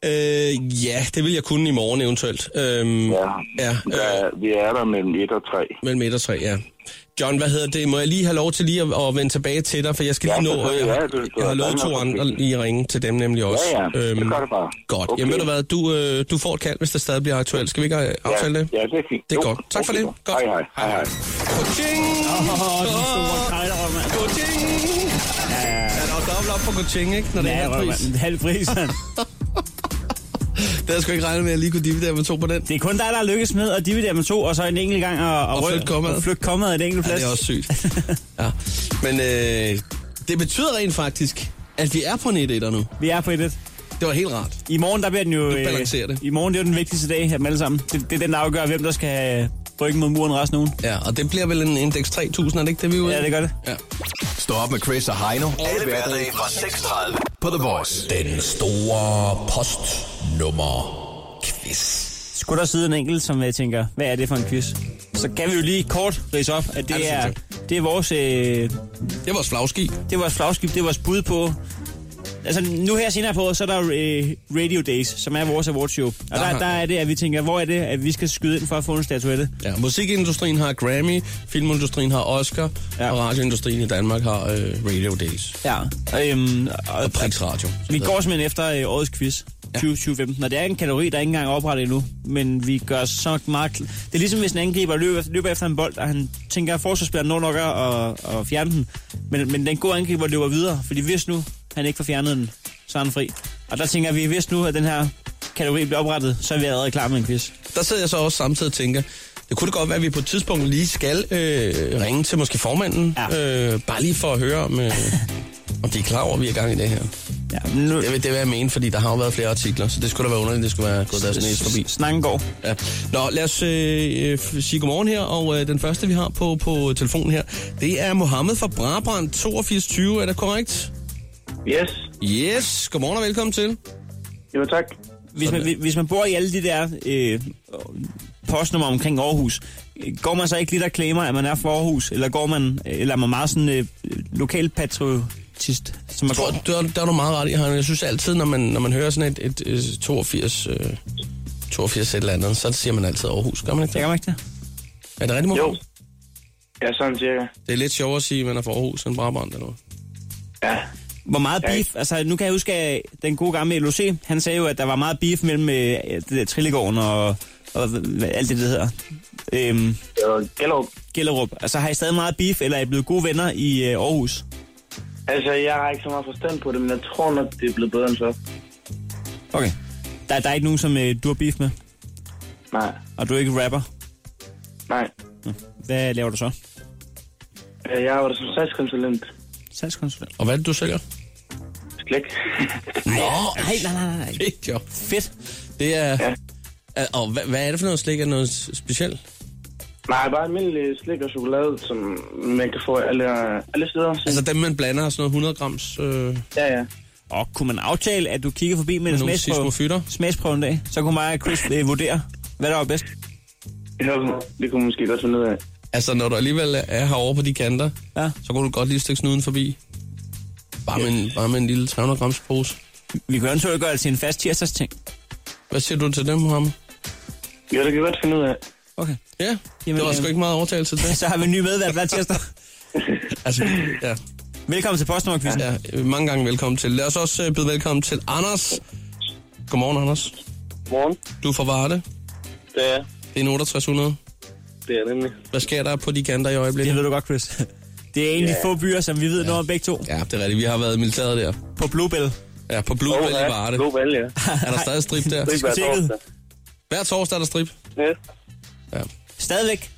S3: Øh, ja, det vil jeg kunne i morgen eventuelt. Øhm,
S6: Ja.
S3: ja øh,
S6: Der, vi er der mellem 1 og 3.
S3: Mellem 1 og 3, ja. John, hvad hedder det? Må jeg lige have lov til lige at, at vende tilbage til dig, for jeg skal
S6: Ja,
S3: lige nå...
S6: selvfølgelig.
S3: jeg,
S6: Ja, det- det-
S3: jeg har
S6: det-
S3: lovet
S6: det-
S3: to
S6: det-
S3: andre lige at ringe til dem nemlig også. Øhm,
S6: Ja, ja. Det gør det bare.
S3: Godt. Okay.
S6: Okay.
S3: Jamen ved du hvad, du, øh, du får et kald, hvis det stadig bliver aktuelt. Skal vi ikke øh, aftale det?
S6: Ja, ja, det er fint.
S3: Det er
S6: Jo,
S3: godt. Tak for
S6: okay.
S3: det. Godt.
S6: Hej, hej. Hej, hej.
S3: Coaching!
S2: Åh, den store krejlerøv, mand.
S3: Coaching! Ja, der er jo dobbelt op på coaching, ikke? Når det er
S2: Ja,
S3: halv
S2: røv,
S3: pris.
S2: mand. Halv pris, mand.
S3: Det havde jeg sgu ikke regnet med, at jeg lige kunne dividere med to på den.
S2: Det er kun dig, der har lykkes med at dividere med to, og så en enkelt gang og,
S3: Og flytte kommaet.
S2: og flytte kommet et enkelt
S3: Ja,
S2: plads.
S3: det er også sygt. [LAUGHS] Ja. Men øh, det betyder rent faktisk, at vi er på nettet nu.
S2: Vi er på et.
S3: Det var helt rart.
S2: I morgen, der bliver den jo... øh,
S3: balancerer det.
S2: I morgen, det er jo den vigtigste dag af dem alle sammen. Det, det er den, der afgør, hvem der skal have ryggen mod muren resten af ugen.
S3: Ja, og det bliver vel en indeks 3000, er det ikke det, vi er ude? i?
S2: Ja, det gør det.
S3: Ja.
S4: Stå op med Chris og Heino. Alle hverdage fra 6.30 på The Voice.
S7: Den store postnummer quiz.
S2: Skulle der sidde en enkelt, som jeg tænker, hvad er det for en quiz? Så kan vi jo lige kort rise op, at
S3: Ja, det
S2: det er,
S3: synes
S2: det er vores... Øh,
S3: Det er vores flagskib.
S2: det er vores flagskib, det er vores bud på... Altså nu her senere på året, så er der øh, Radio Days, som er vores awardshow. Og
S3: Aha.
S2: der, der er det, at vi tænker, hvor er det, at vi skal skyde ind for at få en statuette?
S3: Ja, musikindustrien har Grammy, filmindustrien har Oscar, ja.
S2: Ja.
S3: og radioindustrien i Danmark har øh, Radio Days.
S2: Ja. Øhm,
S3: Og Prix Radio.
S2: Vi går simpelthen efter øh, årets quiz. 2015, og det er en kategori, der ikke engang er oprettet endnu, men vi gør så meget... kl- Det er ligesom, hvis en angriber løber, løber efter en bold, og han tænker, at forsvarsspilleren når nok at, at, at fjerne den, men, men den gode angriber løber videre, fordi hvis nu han ikke får fjernet den, så er han fri. Og der tænker vi, hvis nu at den her kategori bliver oprettet, så er vi allerede klar med en quiz.
S3: Der sidder jeg så også samtidig og tænker, det kunne da godt være, at vi på et tidspunkt lige skal øh, ringe til måske formanden, ja.
S2: Ja. [LAUGHS]
S3: øh, bare lige for at høre, om, øh, om de er klar over, at vi er i gang i det her.
S2: Ja, nu,
S3: Jeg ved, det er, hvad jeg mener, fordi der har jo været flere artikler, så det skulle da være underligt, det skulle være gået deres næse forbi.
S2: snakken går.
S3: Ja. Nå, lad os øh, øh, sige godmorgen her, og øh, den første, vi har på, på telefonen her, det er Mohammed fra Brabrand 8220, er det korrekt?
S8: Yes.
S3: Yes, godmorgen og velkommen til.
S8: Jo, tak.
S2: Hvis man, hvis man bor i alle de der øh, postnummer omkring Aarhus, øh, går man så ikke lidt og claimer, at man er fra Aarhus, eller går man, eller er man meget sådan øh, lokalpatriotist, som man
S3: Jeg tror,
S2: går?
S3: der, der er du meget ret i, Heino. Jeg synes altid, når man, når man hører sådan et, et, et 82, øh, 82 et eller andet, så siger man altid Aarhus, gør man ikke
S2: Jeg
S3: det?
S2: gør mig ikke det.
S3: Er det rigtigt, Mohammed?
S8: Jo. Ja, sådan cirka.
S3: Det er lidt sjovere at sige, at man er fra Aarhus end Brabrand eller noget.
S8: Ja.
S2: Hvor meget
S8: Ja.
S2: beef, altså nu kan jeg huske, at den gode gamle LOC, han sagde jo, at der var meget beef mellem øh, det der Trillegården og, og hvad- alt det, det hedder. Øhm,
S8: Øh, Gellerup.
S2: Gellerup. Altså har I stadig meget beef, eller er I blevet gode venner i øh, Aarhus?
S8: Altså, jeg har ikke så meget forstand på det, men jeg tror nok, det er blevet bedre end så.
S2: Okay. Der, der er ikke nogen, som øh, du har beef med,
S8: Nej,
S2: og du er ikke rapper.
S8: nej.
S2: Hvad laver du så?
S8: Øh, Jeg arbejder som salgskonsulent.
S2: Salgskonsulent.
S3: Og hvad er det, du sælger?
S8: Klik.
S3: Nå,
S2: Nej, nej, nej, nej.
S3: ikke jo.
S2: Fedt.
S3: Det er...
S8: Ja.
S3: Ja. Og hvad, hvad er det for noget slik? Er det noget s- specielt?
S8: nej, bare almindelig slik og chokolade, som man kan få alle, alle steder.
S3: Altså dem, man blander sådan noget 100 grams... Øh,
S8: ja, ja.
S2: Og kunne man aftale, at du kigger forbi med en
S3: nogle
S2: smagsprøve,
S3: sismofytter?
S2: smagsprøve en dag? Så kunne mig og Chris øh, vurdere, hvad der var bedst.
S8: Jo, det kunne man måske godt finde ud af.
S3: altså, når du alligevel er herovre på de kanter,
S2: Ja.
S3: så kunne du godt lige stikke snuden forbi. Bare med, en, bare med en lille 300 grams pose.
S2: Vi kan jo eventuelt gøre det til en fast tirsdags ting.
S3: Hvad siger du til dem, Mohammed?
S8: Jo, det kan jeg godt finde ud af.
S2: Okay.
S3: Ja,
S2: Jamen,
S3: Jamen, det var sgu
S2: øh,
S3: ikke meget overtagelse til.
S2: Så har vi en ny medvært hver tirsdag.
S3: [LAUGHS] altså, ja,
S2: Velkommen til postnummerquizzen. Ja.
S3: ja, øh, mange gange velkommen til. Lad os også øh, byde velkommen til Anders. Godmorgen, Anders.
S8: Morgen.
S3: Du er fra Varde.
S8: Det er,
S3: Det er en 6800.
S8: det er nemlig.
S3: Hvad sker der på de kanter i
S2: Det
S3: øjeblikket?
S2: ved du godt, Chris. Det er en af de få byer, som vi ved noget om begge to.
S3: Ja, det er rigtigt. Vi har været i militæret der.
S2: På Bluebell.
S3: Ja, på Blue Valley i Varde.
S8: God valg, ja.
S3: Er der stadig strip der?
S8: Det er
S2: Diskoteket.
S8: torsdag.
S3: Hver torsdag er der strip.
S8: Ja.
S3: Ja.
S2: Stadigvæk.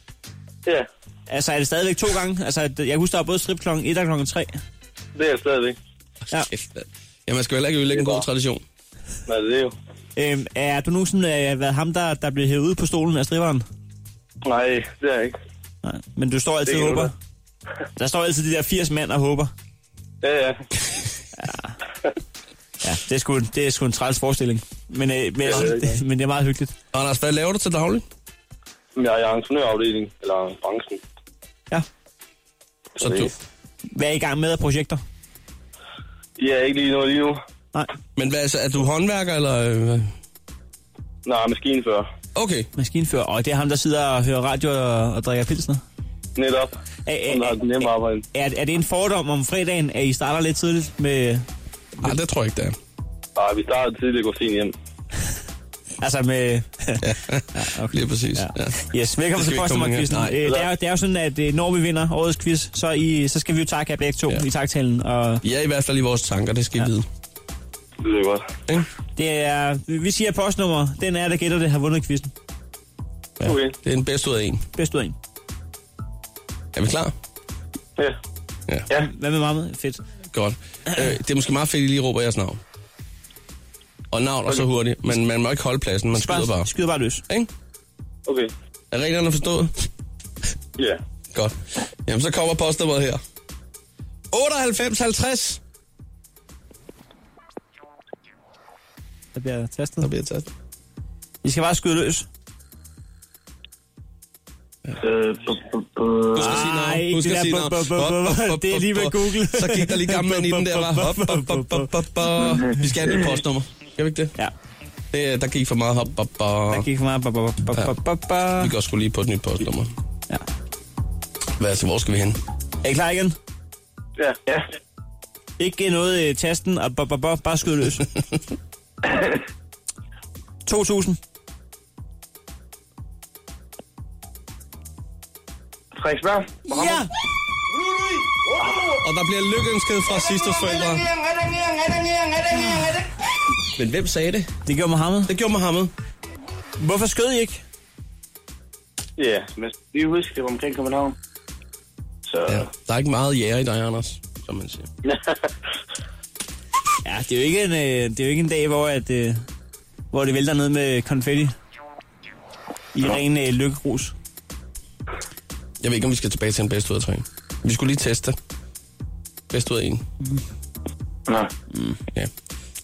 S8: ja,
S2: Altså, er det stadigvæk to gange? Altså, jeg husker, der var både strip klokken 1 og klokken 3.
S8: det er stadigvæk.
S2: Ja.
S3: Kæft, mand. Ja, man skal vel ikke ødelægge en god tradition.
S8: Nej, det er jo.
S2: Øhm, er du nogensinde øh, været ham, der, der blev hævet ud på stolen af stripperen?
S8: Nej, det er ikke.
S2: Nej. Men du står altid
S8: Det
S2: og
S8: kan du
S2: håber. [LAUGHS] Der står altid de der 80 mand og håber.
S8: Ja, ja.
S2: Ja, det er sgu, det er sgu en træls forestilling. Men, øh, men, det [LAUGHS] men det er meget hyggeligt.
S3: Anders, hvad laver du til daglig?
S8: Jeg er i entreprenørafdelingen, eller branchen.
S2: Ja.
S3: Så du...
S2: Hvad er I i gang med af projekter?
S8: Ja, ikke lige nu, lige nu.
S2: Nej,
S3: Men hvad, altså, er du håndværker, eller... øh, hvad?
S8: Nej, maskinfører.
S3: Okay.
S2: maskinfører. Og det er ham, der sidder og hører radio og, og drikker pilsner.
S8: Netop.
S2: Æ, æ,
S8: Hun har
S2: æ,
S8: den nemme arbejde.
S2: Er, er det en fordom om fredagen, at I starter lidt tidligt med,
S3: Nej, det tror jeg ikke, det er.
S8: Nej, vi startede tidligt og går sent hjem.
S2: altså med,
S3: Lige præcis. Ja. Ja.
S2: [LAUGHS] Yes,
S3: Det
S2: velkommen til
S3: skal vi ikke komme
S2: Postnummerquizzen.
S3: med.
S2: Øh,
S3: Nej.
S2: det, er, jo- det er jo sådan, at øh, når vi vinder årets quiz, så, I, så skal vi jo takke jer begge to
S3: Ja.
S2: ja. i taktalen. Og
S3: I er i hvert fald i vores tanker, det skal I vide.
S8: Det er godt.
S3: Ikke?
S2: det er, vi siger at postnummer, den er, der gætter det, har vundet quizzen.
S3: Ja.
S8: Okay.
S3: Det er den bedste ud af en.
S2: Bedst ud af en.
S3: Er vi klar?
S8: Ja.
S3: Ja.
S8: Ja.
S2: Hvad med Mohammed? Fedt.
S3: Godt. Øh, det er måske meget fedt, at I lige råber jeres navn. Og navn er så hurtigt, men man må ikke holde pladsen, man skyder bare.
S2: skyder bare løs.
S3: Ikke?
S8: Okay.
S3: Er reglerne forstået?
S8: Ja.
S3: Godt. Jamen, så kommer postnummeret her. 98 50.
S2: Der bliver
S3: Der
S2: tastet.
S3: bliver tastet.
S2: I skal bare skyde løs.
S8: Øh, bu- bu- bu-
S3: Du skal sige
S2: Ej,
S3: noget.
S2: ikke
S3: Du skal
S2: det der
S3: sige
S2: bu-
S3: noget.
S2: bu- bu- bu-
S3: Hop, hop, hop,
S2: Det er lige ved
S3: hop,
S2: Google.
S3: hop. Så gik der lige gammel i den der, var. Hop, hop, hop, hop, hop, hop. Vi skal have et nyt postnummer. Skal vi ikke det?
S2: Ja,
S3: det? Der gik for meget hop, hop,
S2: der
S3: hop.
S2: gik for meget. Ba, ba, ba, ba, ba, ba.
S3: Vi går sgu lige på et nyt postnummer.
S2: Ja.
S3: Hvad, så hvor skal vi hen?
S2: Er I klar igen?
S8: Ja. Ja.
S2: Ikke noget i tasten, og ba, ba, ba, bare skyde
S8: [LAUGHS]
S2: løs. 2.000.
S8: Frederik Spørg.
S2: Ja!
S3: Og der bliver lykkeønsket fra Sisters forældre. Men hvem sagde det?
S2: Det gjorde Mohammed.
S3: Det gjorde Mohammed.
S2: Hvorfor skød I ikke?
S8: Ja, men vi husker det var omkring København. Så...
S3: Ja. Der er ikke meget jære i dig, Anders, som man siger.
S2: Ja, det er jo ikke en, øh, det er jo ikke en dag, hvor, at, øh, hvor det vælter ned med konfetti. I ren øh, lykkerus.
S3: Jeg ved ikke, om vi skal tilbage til en bedst ud af tre. Vi skulle lige teste. Bedst ud af en.
S8: Nå.
S3: Ja.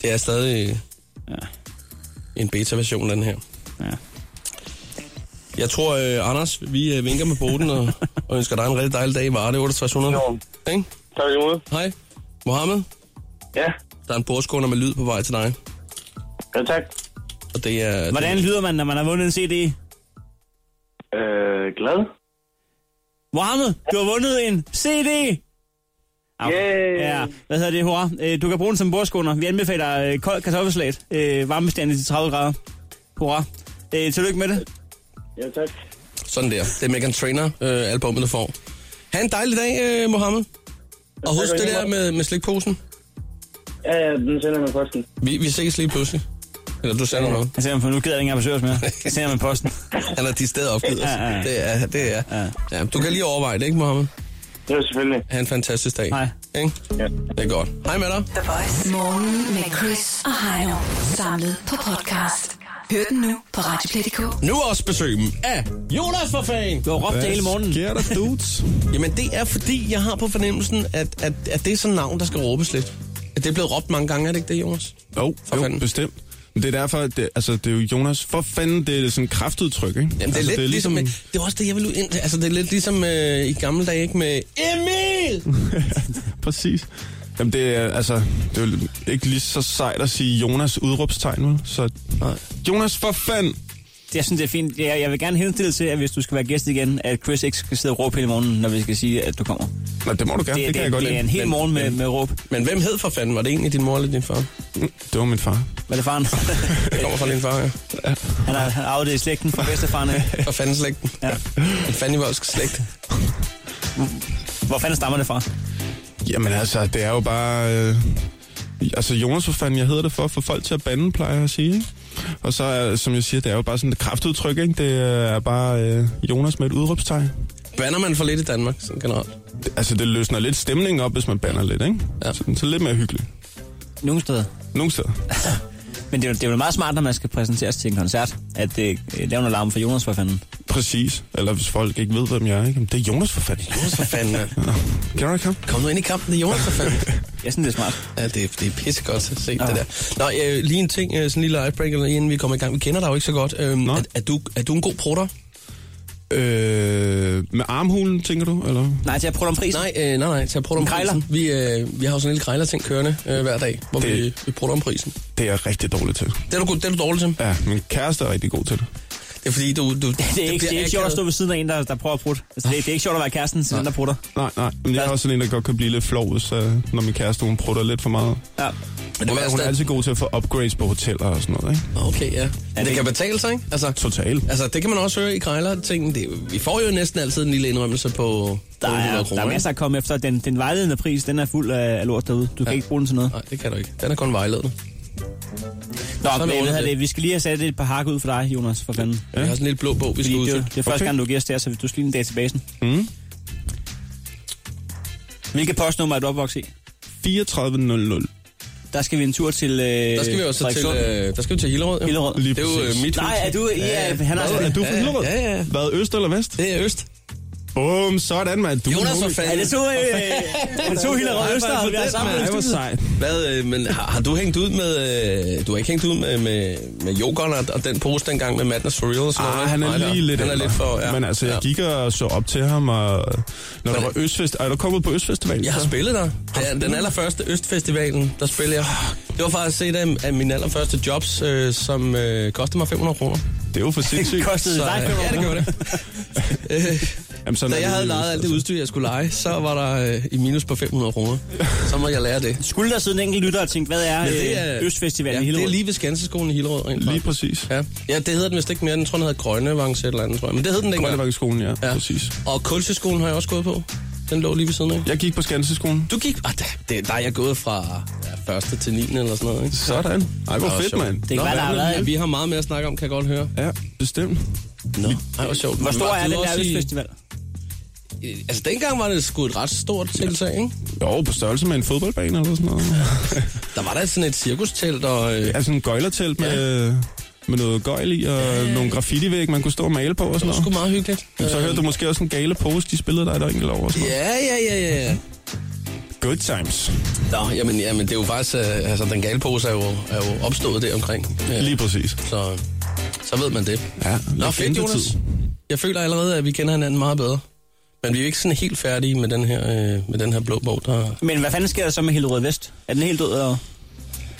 S3: Det er stadig
S2: Ja.
S3: en beta-version, den her.
S2: Ja.
S3: Jeg tror, øh, Anders, vi øh, vinker med boden og, og ønsker dig en rigtig dejlig dag i Varde 6800.
S8: Jo.
S3: Ikke?
S8: Tak i måde.
S3: Hej. Mohammed,
S8: Ja.
S3: der er en bordskåner med lyd på vej til dig.
S8: Ja, tak.
S3: Og det er...
S2: Hvordan lyder man, når man har vundet en CD?
S8: Øh, glad.
S2: Mohammed, du har vundet en CD! Au.
S8: Yay!
S2: Ja, hvad hedder det, hurra? Øh, Du kan bruge den som bordskunder. Vi anbefaler øh, kold kartoffelsalat, øh, varmebestandet til 30 grader. Hurra. Øh, tillykke med det.
S8: Ja, tak.
S3: Sådan der. Det er Megan Trainer, øh, albumet, du får. Ha' en dejlig dag, øh, Mohammed. Og husk det
S8: tak, lige
S3: der
S8: måde.
S3: med, med slikposen.
S8: Ja, ja, den sender jeg med posten.
S3: Vi, vi ses lige pludselig. Eller du sender noget.
S2: Jeg ser, for nu gider jeg ikke engang besøge os mere. Jeg ser med posten.
S3: Han er de steder opgivet. os.
S2: Ja, ja, ja.
S3: Det er, det er. Ja. Ja, du kan lige overveje det, ikke, Mohammed?
S8: Det er selvfølgelig.
S3: Ha' en fantastisk dag.
S2: Hej.
S3: Ikke?
S8: Ja.
S3: Det er godt. Hej med dig.
S1: The Voice. Morgen med Chris og Heino. Samlet på podcast. Hør den nu på Radioplay.dk.
S3: Nu også besøg af Jonas for fan.
S2: Du har råbt det hele morgenen.
S9: sker der, dudes?
S3: Jamen, det er fordi, jeg har på fornemmelsen, at, at, at det er sådan et navn, der skal råbes lidt. At det er blevet råbt mange gange, er det ikke det, Jonas?
S9: [LAUGHS] Jo,
S3: For
S9: jo
S3: fanden.
S9: bestemt. Men det er derfor, at det, altså, det er jo Jonas. For fanden, det er sådan et kraftudtryk, ikke?
S3: Jamen, det er
S9: altså,
S3: lidt det er ligesom... ligesom... Det er også det, jeg vil ud ind til. Altså, det er lidt ligesom øh, i gamle dage, ikke? Med
S2: [LAUGHS]
S3: Emil!
S9: [LAUGHS] Præcis. Jamen, det er, altså, det er jo ikke lige så sejt at sige Jonas udråbstegn, vel? Så, nej. Jonas, for fanden!
S2: Jeg synes, det er fint. Jeg, jeg vil gerne henstille til, at hvis du skal være gæst igen, at Chris ikke skal sidde og råbe hele morgenen, når vi skal sige, at du kommer. Det,
S9: Nå, det må du gerne, det, det kan
S2: det,
S9: jeg godt
S2: det er
S9: lide.
S2: en hel
S3: Men-
S2: morgen med,
S3: men-
S2: med råb.
S3: Men hvem hed for fanden? Var det egentlig din mor eller din far?
S9: Det var min far.
S2: Var det faren?
S3: Det kommer fra din far, ja.
S2: Han har han har arvet det i slægten fra bedstefaren. af.
S3: Fra fanden slægten.
S2: Ja.
S3: En fandivoldsk slægt.
S2: Hvor fanden stammer det fra?
S9: Jamen altså, det er jo bare... Øh, altså, Jonas, for fanden, jeg hedder det for, for folk til at bande, plejer jeg at sige. Ikke? Og så, er- som jeg siger, det er jo bare sådan et kraftudtryk, ikke? Det er bare øh, Jonas med et udråbstegn.
S3: Bander man for lidt i Danmark, sådan generelt?
S9: Det- Altså, det løsner lidt stemningen op, hvis man banner lidt, ikke?
S3: Ja.
S9: Så, så lidt mere hyggeligt.
S2: Nogle steder.
S9: Nogle steder.
S2: Men det er, jo- det er jo meget smart, når man skal præsenteres til en koncert, at øh, lave en alarm for Jonas for fanden.
S9: Præcis. Eller hvis folk ikke ved, hvem jeg er, ikke? Jamen, det er Jonas for fanden.
S3: Jonas for fanden, mand.
S9: Kan du ikke ham?
S3: Kom nu ind i kampen, det er Jonas for fanden.
S2: Jeg synes, det er smart.
S3: Ja, det, er- det er pissegodt at se ja. det der. Nå, øh, lige en ting, øh, sådan en lille icebreaker, lige inden vi kommer i gang. Vi kender dig jo ikke så godt. Øhm,
S9: Nå.
S3: er, er, du, er du en god prutter?
S9: Øh, med armhulen, tænker du? Eller?
S2: Nej, til at prøve om prisen. [LAUGHS]
S3: Nej, øh, nej, nej, til at prutte om
S2: En krejler?
S3: prisen. Vi, øh, vi har jo sådan en lille krejler-ting kørende øh, hver dag, hvor det...
S9: Det-
S3: vi, vi prutter om prisen.
S9: Det er jeg rigtig dårlig til.
S3: Det er du, god- det er du dårlig til.
S9: Ja, min kæreste er rigtig god til det.
S3: Det er fordi, du... du
S2: Det er ikke, det er ikke sjovt at stå ved siden af en, der, der prøver at prutte. Altså, det, det er ikke sjovt at være kæresten til den, der prutter.
S9: Nej, nej. Men jeg er også sådan en, der godt kan blive lidt flov, hvis, øh, når min kæreste hun prutter lidt for meget.
S2: Ja.
S3: Men det
S9: Hun, er- hun er
S3: værste,
S9: altid god til at få upgrades på hoteller og sådan noget, ikke?
S3: okay, ja. Men det kan betale sig, ikke? Altså,
S9: Total.
S3: altså det kan man også høre i krejler-tingen. Det er jo- Vi får jo næsten altid en lille indrømmelse på
S2: Der
S3: 800
S2: er,
S3: kroner.
S2: der er
S3: ikke?
S2: masser at komme efter. Den, den vejledende pris, den er fuld af, af lort derude. Du kan ikke bruge den til noget.
S3: Nej, det kan du ikke. Den er kun vejledende.
S2: Nå,
S3: er
S2: men
S3: det
S2: hvad hedder
S3: ordentligt.
S2: det? Vi skal lige have sat et par hak ud for dig, Jonas, for fanden.
S3: Jeg har sådan en lille blå bog, vi skal
S2: Fordi
S3: ud
S2: det, er jo-
S3: til.
S2: det er første
S9: Okay.
S2: gang, du giver os det her, så du skal lige en databasen.
S9: Mm.
S2: Hvilket postnummer er du opvokset i?
S9: 3400.
S2: Der skal vi en tur til øh,
S3: Der skal vi også til,
S2: Frederikssund.
S3: øh, der skal vi til Hillerød. jo.
S2: Hillerød.
S9: Lige
S3: Det er jo øh,
S9: præcis.
S3: mit
S2: Nej,
S3: hus.
S2: er du... Ja, han har
S3: Hvad,
S2: sådan...
S9: Er du fra
S3: Ja,
S9: Hillerød?
S3: Ja, ja.
S9: Hvad, øst eller vest?
S3: Det er øst.
S9: Bum, sådan, mand. Du er
S3: Jonas
S9: en
S3: for
S9: homie.
S3: fanden.
S2: Er det to, øh, er det to Hillerød
S3: High five
S2: Øster,
S3: for
S2: vi har
S3: den,
S2: sammen i
S3: mand.
S9: Ej, hvor
S2: studiet?
S9: sejt.
S3: Hvad, øh, men har, har, du hængt ud med... Øh, du har ikke hængt ud med, med, med yoghurt og, og den pose dengang med Madness for Real og sådan
S9: Ah,
S3: noget?
S9: han er
S3: Nej,
S9: lige
S3: der-
S9: lidt
S3: Han er
S9: ældre.
S3: lidt for... Ja.
S9: Men altså, jeg gik og så op til ham, og når der var Østfest... Er du kommet på Østfestivalen?
S3: Jeg har spillet der. Ja, den allerførste Østfestivalen, der spillede jeg. Det var faktisk et af, af mine allerførste jobs, øh, som øh, kostede mig 500 kroner.
S9: Det er jo for sindssygt.
S2: Kostede
S3: Så,
S2: dig
S3: øh,
S2: 500
S3: ja, det gjorde Øh, det.
S9: Jamen, sådan
S3: Da
S9: er
S3: jeg
S9: det
S3: havde
S9: lige
S3: lejet
S9: nu,
S3: alt det
S9: altså.
S3: udstyr, jeg skulle lege, så var der øh, i minus på 500 kroner. Så må jeg lære det.
S2: Skulle der sidde en enkelt lytter og tænke, hvad er,
S3: Men
S2: er Østfestivalen
S3: ja,
S2: i Hillerød?
S3: Det er lige ved Skanseskolen i Hillerød. rent
S9: Lige
S3: faktisk.
S9: præcis.
S3: Ja. ja, det hedder den vist ikke mere. Den tror, den hedder Grønnevang et eller andet, tror jeg. Men det hed den dengang.
S9: Grønnevangskolen, ja, ja. Præcis.
S3: Og Kulseskolen har jeg også gået på. Den lå lige ved siden af.
S9: Jeg gik på Skanseskolen.
S3: Du gik... Ah, det, det, der er jeg gået fra ja, 1. til 9. eller sådan noget, ikke?
S9: Sådan. Ej, hvor
S3: Nå,
S9: fedt,
S3: sjovt.
S9: mand.
S2: Det kan være, der har været...
S3: Ja, vi har meget mere at snakke om, kan jeg godt høre.
S9: Ja, bestemt.
S3: Nå, Ej, hvor sjovt.
S2: Hvor stor
S3: Du
S2: er
S3: vil
S2: den der
S3: også sige-
S2: Østfestival?
S3: øh, altså dengang var det sgu et ret stort tiltag, ikke?
S9: Jo, på størrelse med en fodboldbane eller sådan noget.
S3: Der var der sådan et cirkustelt, og... Øh,
S9: Ja, sådan en gøjlertelt med, med noget gøjl i, og nogle graffitivæg, man kunne stå og male på og
S3: det
S9: sådan
S3: var sgu
S9: noget.
S3: meget hyggeligt.
S9: Jamen, så
S3: Øh,
S9: hørte du måske også en gale pose, de spillede dig et enkelt over. og Sådan. noget.
S3: Ja, ja, ja, ja, ja.
S9: Good times.
S3: Nå, jamen, jamen, det er jo faktisk... Øh, altså, den gale pose er jo, er jo opstået der omkring. Ja.
S9: Lige præcis.
S3: Så, så ved man det.
S9: Ja,
S3: Nå, fedt, Jonas. Jeg føler allerede, at vi kender hinanden meget bedre. Men vi er jo ikke sådan helt færdige med den her, øh, med den her blå bog, der...
S2: Men hvad fanden sker der så med Hillerød Vest? Er den helt død? Eller?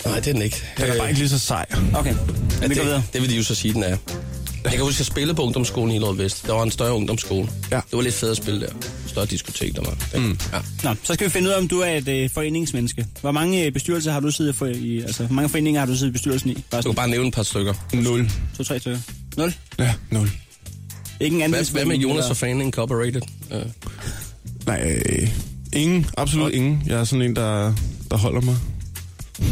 S3: Nej, det er den ikke.
S9: Den er bare ikke lige så sej.
S2: Okay,
S3: Ja,
S2: vi går videre.
S3: det, det vil de jo så sige, den er. Jeg kan huske, at jeg spillede på ungdomsskolen i Lort Vest. Der var en større ungdomsskole.
S9: Ja.
S3: Det var lidt fedt at spille der. Større diskotek, der var. Der. Mm. Ja.
S2: Nå, så skal vi finde ud af, om du er et øh, foreningsmenneske. Hvor mange øh, bestyrelser har du siddet for, i? Altså, hvor mange foreninger har du siddet i bestyrelsen i? Bare
S3: Du kan
S2: sådan
S3: bare nævne et par stykker.
S9: Nul.
S2: to, tre stykker. Nul?
S9: Ja, nul.
S2: Ikke en anden
S3: Hvad, hvad med Jonas og Fan Incorporated? Øh,
S9: Nej, øh, ingen. Absolut ingen. Jeg er sådan en, der, der holder mig [LAUGHS]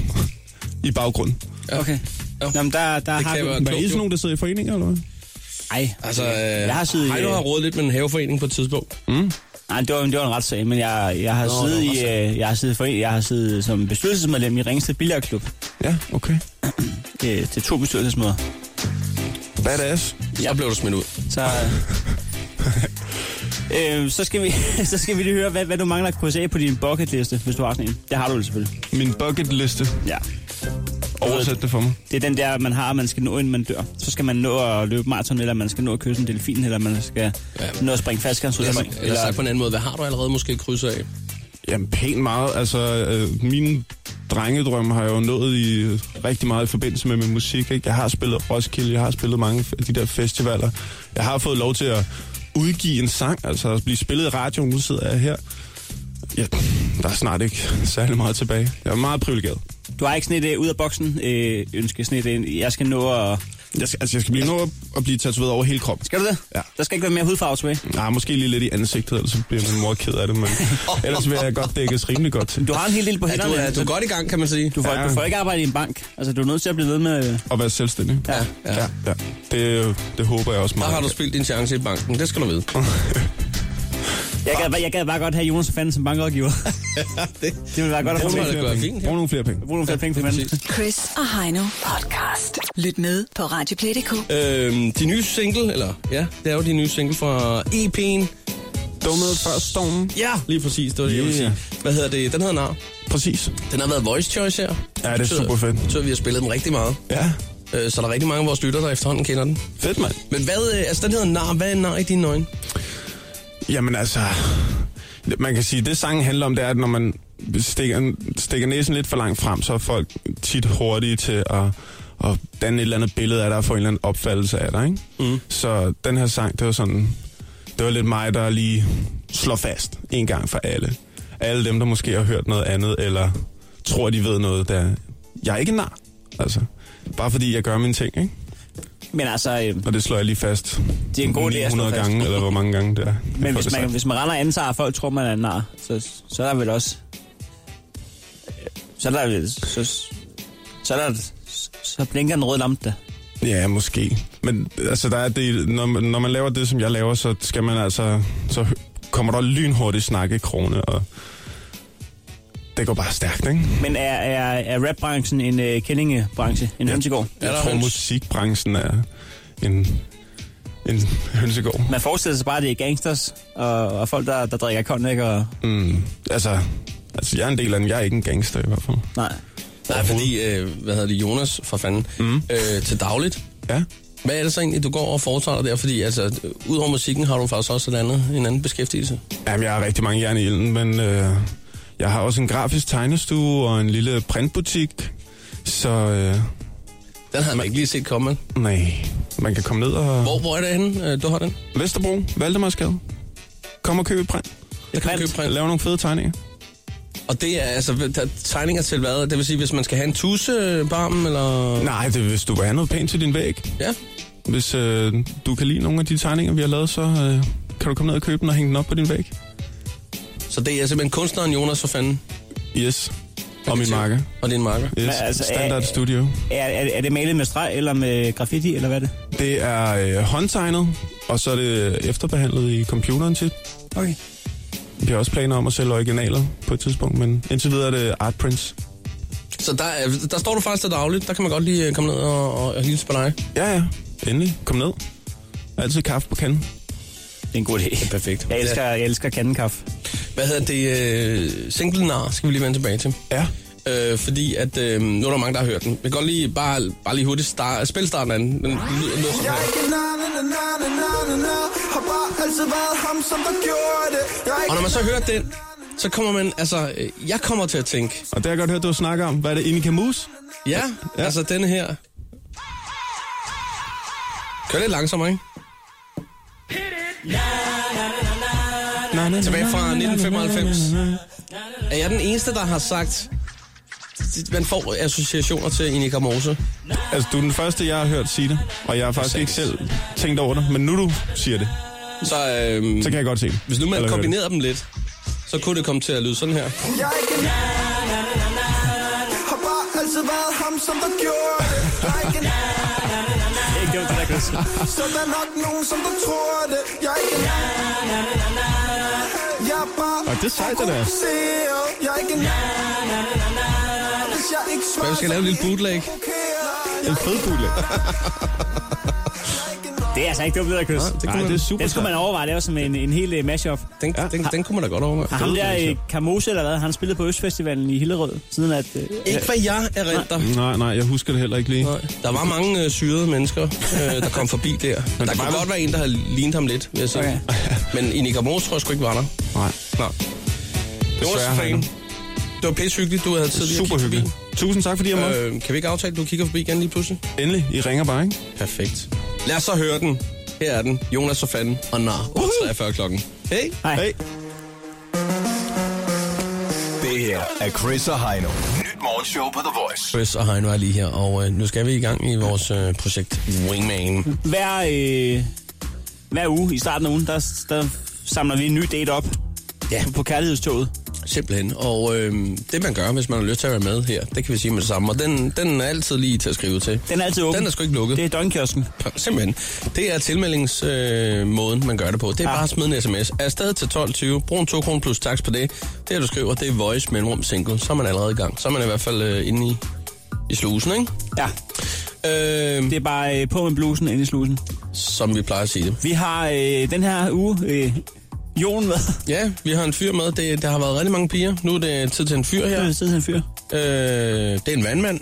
S9: i baggrunden.
S2: Okay.
S3: Ja.
S2: Jamen, der, der
S3: Det
S2: har
S3: kan
S2: du...
S3: være-
S9: Hvad er I sådan nogen, der sidder i foreninger, eller hvad?
S2: Nej,
S3: altså, øh,
S2: jeg har siddet i...
S3: Heino har rådet lidt med en haveforening på et tidspunkt.
S2: Nej, det var, det var en retssag, men jeg, jeg har
S3: Nå,
S2: Nå, siddet
S3: det var en
S2: i, øh, jeg har siddet for, jeg har siddet som bestyrelsesmedlem i Ringsted Billardklub
S9: Ja, okay.
S2: øh, til to bestyrelsesmøder.
S9: Badass.
S3: Så blev du smidt ud.
S2: Så, øh, så, skal vi, [LAUGHS] så skal vi lige høre, hvad, hvad du mangler at krydse af på din bucketliste, hvis du har sådan en. Det har du vel selvfølgelig.
S9: Min bucket liste.
S2: Ja.
S9: Oversæt det for mig.
S2: Det er den der, man har, man skal nå, inden man dør. Så skal man nå at løbe maraton, eller man skal nå at kysse en delfin, eller man skal
S3: Ja. altså-
S2: ja. nå at springe
S3: Eller,
S2: fastgangsudspring.
S3: eller sagt på en anden måde, hvad har du allerede måske krydset af?
S9: Jamen, pænt meget. Altså, øh, mine drengedrømme har jeg jo nået i øh, rigtig meget i forbindelse med min musik. Ikke? Jeg har spillet Roskilde, jeg har spillet mange af de der festivaler. Jeg har fået lov til at udgive en sang, altså at blive spillet i radioen. Nu sidder jeg her. Ja, der er snart ikke særlig meget tilbage. Jeg er meget privilegeret.
S2: Du har ikke sådan et øh, ud af boksen øh, ønske, sådan et, øh, jeg skal nå at...
S9: Jeg skal, altså, jeg skal blive nå at- at blive tatoveret over hele kroppen.
S2: Skal du det?
S9: Ja.
S2: Der skal ikke være mere hudfarve tilbage.
S9: Nej, måske lige lidt i ansigtet, ellers så bliver min mor ked af det, men ellers vil jeg godt dækkes rimelig godt til.
S2: Du har en hel del på
S3: Ja, du,
S2: hænderne. altså.
S3: er, du er godt i gang, kan man sige.
S2: Du får, ja.
S9: Ja.
S2: du får ikke arbejde i en bank. Altså, du er nødt til at blive ved med...
S9: At være selvstændig.
S2: Ja.
S9: ja. ja. Det, det håber jeg også
S3: Der
S9: meget.
S3: har du spildt din chance i banken, [LAUGHS] det skal du vide.
S2: Jeg, gad, bare- jeg gad bare godt have Jonas og Fanden som bankrådgiver. det, det ville være godt at få
S3: tror
S2: med.
S3: jeg, det gør
S9: penge.
S3: fint, ja.
S9: Brug nogle flere penge.
S2: Brug nogle flere penge for Fanden.
S1: Chris og Heino podcast. Lyt med på Radioplay.dk.
S3: Øhm, de nye single, eller ja, det er jo de nye single fra EP'en.
S9: Dummet før stormen.
S3: Ja, lige præcis, det var det, jeg ville
S9: Yeah.
S3: sige. Hvad hedder det? Den hedder Nar.
S9: Præcis.
S3: Den har været Voice Choice her.
S9: er super fedt.
S3: Så vi har spillet den rigtig meget.
S9: Ja.
S3: Øh, så der er rigtig mange af vores lytter, der efterhånden kender den.
S9: Fedt, mand.
S3: Men hvad, øh, altså den hedder Nar. Hvad er Nar i dine øjne?
S9: Jamen altså, man kan sige, det sangen handler om, det er, at når man stikker, stikker næsen lidt for langt frem, så er folk tit hurtige til at, at danne et eller andet billede af dig og få en eller anden opfattelse af dig. Ikke? Mm. Så den her sang, det var sådan, det var lidt mig, der lige slår fast en gang for alle. Alle dem, der måske har hørt noget andet, eller tror, de ved noget, der... Jeg er ikke en nar, altså. Bare fordi jeg gør mine ting, ikke?
S2: Men altså, øh,
S9: Og det slår jeg lige fast.
S2: Det er en god idé at slå
S9: 900
S2: fast.
S9: gange, eller hvor mange gange det er.
S2: men
S9: Jeg får
S2: hvis
S9: det
S2: man,
S9: sagt.
S2: hvis man render og antager, at folk tror, man er en nar, så, så er der vel også... Så er der vel... Så, så, er der, så blinker den røde lampe der.
S9: Ja, måske. Men altså, der er det, når, man- når man laver det, som jeg laver, så skal man altså... Så hø- kommer der lynhurtigt snakke i krone, og det går bare stærkt, ikke?
S2: Men er, er, er rapbranchen en øh, kællingebranche? En ja. hønsegård?
S3: Er
S9: Jeg
S3: der
S9: tror,
S3: høns?
S9: musikbranchen er en, en hønsegård.
S2: Man forestiller sig bare, at det er gangsters og, og folk, der, der drikker konjak og...
S9: Mm, altså, altså, jeg er en del af den. Jeg er ikke en gangster i hvert fald.
S2: Nej.
S3: Nej, fordi, øh, hvad hedder det, Jonas, for fanden, mm.
S9: Mhm.
S3: øh, til dagligt.
S9: Ja.
S3: Hvad er det så egentlig, du går og foretager dig der? Fordi altså, øh, ud over musikken har du faktisk også et andet, en anden beskæftigelse.
S9: Jamen, jeg har rigtig mange jern i ilden, men øh, jeg har også en grafisk tegnestue og en lille printbutik. Så øh,
S3: Den havde man ikke lige set komme. vel?
S9: nej, man kan komme ned og...
S3: Hvor, hvor er det henne, øh, du har den?
S9: Vesterbro, Valdemarsgade. Kom og køb et print.
S3: Jeg kan købe print.
S9: Lav nogle fede tegninger.
S3: Og det er altså der er tegninger til hvad? Det vil sige, hvis man skal have en tussebarm, eller...
S9: Nej, det er, hvis du vil have noget pænt til din væg.
S3: Ja.
S9: Hvis øh, du kan lide nogle af de tegninger, vi har lavet, så øh, kan du komme ned og købe den og hænge den op på din væg.
S3: Så det er simpelthen kunstneren Jonas for fanden.
S9: Yes. Og min marker.
S3: Og din marker.
S9: Yes,
S2: Men altså,
S9: altså, standard
S2: er-
S9: studio.
S2: Er, er, er det malet med streg eller med graffiti, eller hvad er det?
S9: Det er øh, håndtegnet, og så er det efterbehandlet i computeren tit.
S2: Okay.
S9: Vi har også planer om at sælge originaler på et tidspunkt, men indtil videre er det art prints.
S3: Så der, er- der står du faktisk til dagligt. Der kan man godt lige øh, komme ned og, og, og hilse på dig.
S9: Ja, ja. Endelig. Kom ned. Altid kaffe på kanden.
S2: Det er en god idé.
S3: Perfekt.
S2: Jeg elsker, jeg elsker kandenkaffe.
S3: Hvad hedder det? Øh, singlenar skal vi lige vende tilbage til.
S9: Ja.
S3: Øh, fordi at, øh, nu er der mange, der har hørt den. Vi kan godt lige, bare, bare lige hurtigt start, spil starten af den. Den lyder, lyder sådan her. Og når man så hører den, så kommer man, altså, øh, jeg kommer til at tænke,
S9: Og det har jeg godt hørt, du snakker om. Hvad er det, Inika Mus?
S3: ja, ja. altså denne her. Kør lidt langsommere, ikke?
S9: Nej, nej,
S3: Tilbage fra 1995. Er jeg den eneste, der har sagt, man får associationer til Inika Mose?
S9: Altså, du er den første, jeg har hørt sige det. Og jeg har faktisk ikke selv tænkt over det. Men nu du siger det,
S3: Så, øhm,
S9: så kan jeg godt se det.
S3: hvis nu man
S9: Eller høre det.
S3: kombinerede dem lidt, så kunne det komme til at lyde sådan her.
S2: Det er ikke dumt, det der, Chris.
S10: Så der er nok nogen, som der tror det Jeg er ikke Jeg er bare
S9: Og det er sejt, det der.
S10: fokuseret Jeg er ikke Hvis jeg ikke svarer
S3: Hvad, vi skal lave en lille bootleg?
S9: En fed bulle.
S2: Det er altså ikke dumt, det der, Chris.
S3: det
S9: Nej, det er super
S2: Det skulle man overveje at lave som en, en hel øh, mashup.
S3: Den, ja. den, den kunne man da godt overveje.
S2: Har ham der øh, Kamose eller hvad, han spillede på Østfestivalen i Hillerød, siden at... Øh,
S3: Ikke hvad jeg erindrer.
S9: Nej, nej, jeg husker det heller ikke lige.
S3: Nej. Der var mange øh, syrede mennesker, øh, der kom forbi der. Men der
S9: der var
S3: kunne
S9: vel-
S3: godt være en, der havde lignet ham lidt, vil jeg sige.
S2: Okay.
S3: [LAUGHS] Men Inika Mose tror jeg sgu ikke var der.
S9: Nej.
S3: Nej.
S9: Desværre,
S3: Jonas Fane,
S9: Heino.
S3: det var pisse hyggeligt, du havde tidligere
S9: Super
S3: kigget
S9: hyggeligt. Tusind tak, fordi jeg
S3: forbi.
S9: måtte.
S3: Øh, kan vi ikke aftale, at du kigger forbi igen lige pludselig?
S9: Endelig, I ringer bare, ikke?
S3: Perfekt. Lad os så høre den. Her er den. Jonas og fanden og nar. 43 klokken. Hey.
S2: Hej.
S9: Hey.
S4: Det her er Chris og Heino. Nyt morgenshow på The Voice.
S3: Chris og Heino er lige her, og øh, nu skal vi i gang i vores øh, projekt Wingman.
S2: Hver, øh, hver uge i starten af ugen, der, der samler vi en ny date op
S3: Ja.
S2: på kærlighedstoget.
S3: Simpelthen. Og øh, det man gør, hvis man har lyst til at være med her, det kan vi sige med det samme. Og den, den er altid lige til at skrive til.
S2: Den er altid åben.
S3: Den er sgu ikke lukket.
S2: Det er døgnkiosken.
S3: Simpelthen. Det er tilmeldingsmåden, øh, måden, man gør det på. Det er
S2: Ja.
S3: bare at smide en sms. Afsted til 12.20. Brug en 2 kroner plus tax på det. Det, du skriver, det er voice mellemrum single. Så er man allerede i gang. Så er man i hvert fald øh, inde i, i slusen, ikke?
S2: Ja,
S3: Øh,
S2: det er bare øh, på med blusen ind i slusen.
S3: Som vi plejer at sige det.
S2: Vi har øh, den her uge øh, Jon med.
S3: Ja, vi har en fyr med. Det, der har været rigtig mange piger. Nu er det tid til en fyr her.
S2: Ja.
S3: Øh,
S2: Det er en fyr.
S3: det er en vandmand.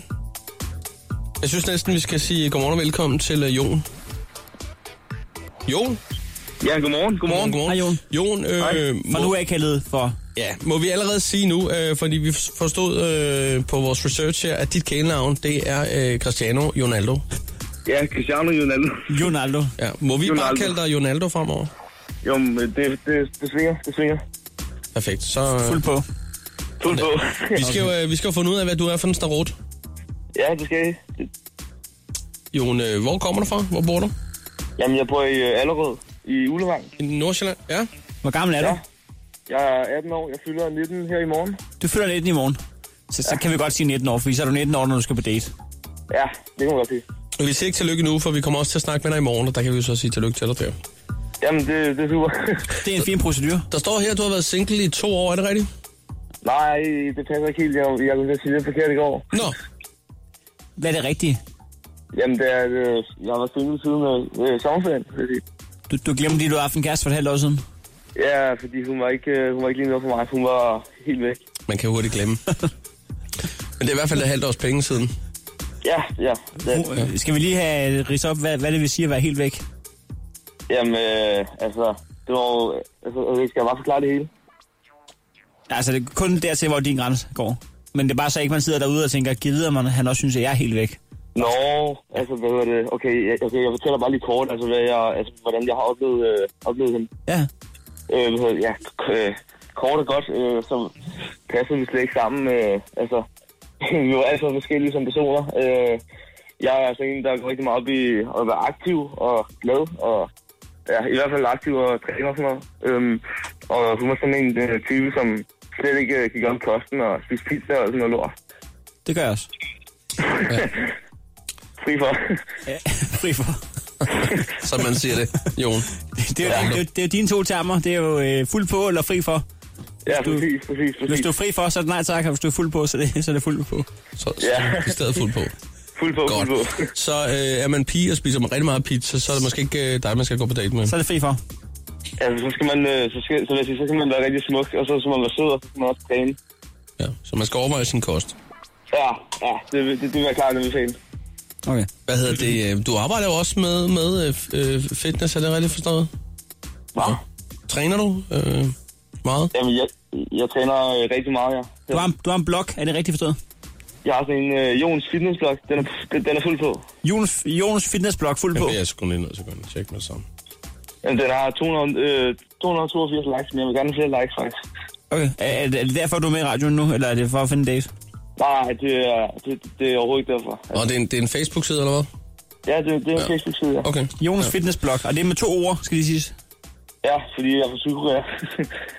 S3: Jeg synes næsten, vi skal sige godmorgen og velkommen til øh, Jon. Jon?
S8: Ja, godmorgen. Godmorgen.
S3: godmorgen.
S2: Hej, Jon.
S3: Jon, øh, må,
S2: For nu er jeg kaldet for...
S3: ja, må vi allerede sige nu, øh, fordi vi forstod øh, på vores research her, at dit kælenavn, det er øh, Cristiano Ronaldo.
S8: Ja, Cristiano Ronaldo.
S2: Jonaldo.
S3: Ja, må vi bare
S8: Ronaldo.
S3: kalde dig Ronaldo fremover?
S8: [LAUGHS] Jo, men det, det, det svinger. Det svinger.
S3: Perfekt, så... Øh,
S2: Fuld på.
S8: Fuld
S2: [LAUGHS]
S8: på.
S3: vi, skal jo, øh, vi skal jo finde ud af, hvad du er for en starot.
S8: ja, det skal I.
S3: Jon, øh, hvor kommer du fra? Hvor bor du?
S8: Jamen, jeg bor i øh, Allerød i Ulevang.
S3: I Nordsjælland? Ja.
S2: Hvor gammel er du?
S8: Ja. Jeg er 18 år. Jeg fylder 19 her i morgen.
S2: Du fylder 19 i morgen. Så, så kan vi godt sige 19 år, fordi så er du 19 år, når du skal på date.
S8: Ja, det kan man godt sige.
S3: Og Vi siger ikke tillykke nu, for vi kommer også til at snakke med dig i morgen, og der kan vi jo så sige tillykke til dig der.
S8: Jamen, det, det er super. [LAUGHS]
S2: Det er en fin procedure.
S3: Der står her, at du har været single i to år, er det rigtigt?
S8: Nej, det passer ikke helt. Jeg, jeg kunne sige det forkert i går.
S3: Nå,
S2: Hvad er det rigtige?
S8: Jamen, det er, øh, jeg har været single siden øh, øh, sommerferien. vil jeg sige.
S2: Du, du glemte lige, du har haft en kæreste for et halvt år siden.
S8: Ja, fordi hun var ikke, øh, hun var ikke lige noget for mig. Hun var helt væk.
S3: man kan hurtigt
S8: [LAUGHS]
S3: glemme. Men det er i hvert fald et halvt års penge siden.
S8: Ja, ja. Det,
S2: Ja. øh, Skal vi lige have ridset op, hvad, hvad det vil sige at være helt væk?
S8: jamen, øh, altså, det var jo- altså, altså, skal jeg bare forklare det hele?
S2: Altså, det er kun dertil, hvor din grænse går. Men det er bare så ikke, man sidder derude og tænker, gider at man, han også synes, at jeg er helt væk.
S8: Nå, altså, hvad hedder det? Okay, jeg- okay, jeg fortæller bare lige kort, altså, hvad jeg, altså hvordan jeg har oplevet, øh, oplevet hende.
S2: Ja.
S8: Øh, hvad hedder det? Ja, k- øh, kort og godt, øh, så passede vi slet ikke sammen. Øh, altså, [LAUGHS] vi var altså forskellige som personer. Øh, jeg er altså en, der går rigtig meget op i at være aktiv og glad, og ja, i hvert fald aktiv og træner og sådan noget. Øhm, og hun var sådan en øh, type, som slet ikke øh, gik om kosten og spiste pizza og sådan noget lort.
S2: Det gør jeg også.
S8: Fri for. [LAUGHS]
S2: Ja, [LAUGHS] fri for.
S3: Som man siger det, Jon.
S2: Det er, jo, det, er, jo- det er jo dine to termer. Det er jo øh, fuld på eller fri for.
S8: ja,
S2: du-
S8: præcis, præcis,
S2: Hvis
S8: præcis.
S2: du er fri for, så er det nej tak. og Hvis du er fuld på, så er det, så er det fuld på.
S3: Så,
S8: Ja.
S3: så i stedet fuld på.
S8: Fuld på, fuld på. [LAUGHS]
S3: Godt. Så øh, er man pige og spiser man rigtig meget pizza, så er det måske ikke øh, dig, man skal gå på date med.
S2: Så er det fri for.
S8: Altså, så skal man, øh, så, skal, så, vil jeg sige, så skal man være rigtig smuk, og så skal man være sød, og så skal man også træne.
S3: Ja. Så man skal overveje sin kost.
S8: Ja, ja, det, det, det vil være klart, det vil fint.
S2: Okay.
S3: Hvad hedder det? øh, Du arbejder jo også med, med øh, f- øh, fitness, er det rigtigt forstået?
S8: Wow.
S3: Træner du øh, meget?
S8: Jamen, jeg, jeg træner øh, rigtig meget, ja.
S2: Du har, en- du har en blog, er det rigtigt forstået?
S8: Jeg har sådan en øh, Jons fitnessblog, den er, den, den er fuld på.
S2: Jonas, Jonas Fitnessblog fuld
S3: Jeg
S2: på.
S3: vil jeg skulle lige ned til at tjekke med det samme.
S8: Jamen, den har 200, øh, 282 likes, men jeg vil gerne have flere likes, faktisk.
S2: Okay. Er, er, det- er det derfor, du er med i radioen nu, eller er det for at finde en date?
S8: Nej, det er, det, det er overhovedet ikke derfor.
S3: Og det er en, det er en Facebook-side, eller hvad?
S8: Ja, det, det er en Facebook-side, ja.
S3: Okay.
S2: Jonas ja. Fitnessblog, og det er med to ord, skal lige siges.
S8: ja. fordi jeg er fra Sydkorea.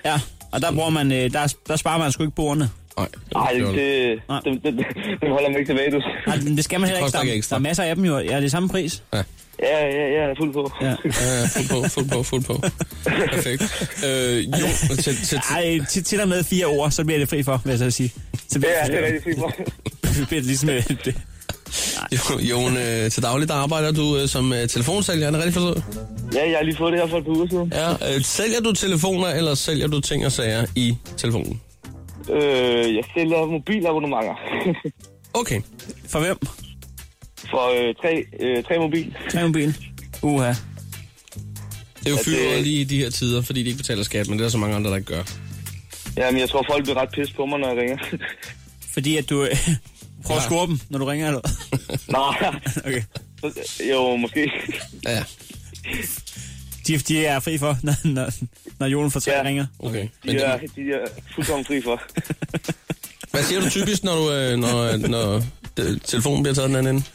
S2: Ja, og der, bruger man, øh, der, der sparer man sgu ikke på ordene.
S3: Nej.
S8: [LAUGHS] Nej, det, det,
S2: Nej.
S8: det, det, det, holder mig ikke tilbage, du.
S2: Nej, men det skal man heller ikke.
S3: koster
S2: Der,
S3: ikke ekstra.
S2: der er masser af dem jo. Ja, det er samme pris.
S8: Ja, ja, ja, jeg er fuld på.
S2: Ja.
S3: Ja, Øh, fuld på, fuld på, fuld på. Perfekt. Øh, jo, til, til, til,
S2: Ej, til, til og med fire ord, så bliver det fri for, vil jeg så sige. Så bliver,
S8: Ja, det er rigtig fri for.
S2: det [LAUGHS] bliver det ligesom... øh, Det.
S3: jo, Jon, øh, til daglig der arbejder du øh, som øh, telefonsælger, er det rigtigt forstået?
S8: Ja, jeg har lige fået det her for et par uger siden.
S3: Ja, øh, sælger du telefoner, eller sælger du ting og sager i telefonen?
S8: Øh, jeg sælger mobilabonnementer. [LAUGHS]
S3: Okay.
S2: For hvem?
S8: for øh, tre, øh, tre mobil.
S2: Tre mobil. Uha.
S3: Det er jo fyret lige i de her tider, fordi de ikke betaler skat, men det er der så mange andre, der ikke gør.
S8: Jamen, jeg tror, folk bliver ret pisse på mig, når jeg ringer. [LAUGHS]
S2: Fordi at du øh, prøver at
S3: Ja.
S2: score dem, når du ringer. Eller? hvad?
S8: Nej,
S2: Okay.
S8: jo, måske.
S3: Ja,
S2: De, de er fri for, [LAUGHS] når, når, når Jolen får tre
S8: Ja.
S2: ja. ringer.
S3: okay. Men
S8: De er,
S3: det,
S8: de er fuldkommen fri for.
S3: hvad siger du typisk, når, du, øh, når, når øh, telefonen bliver taget den anden ende?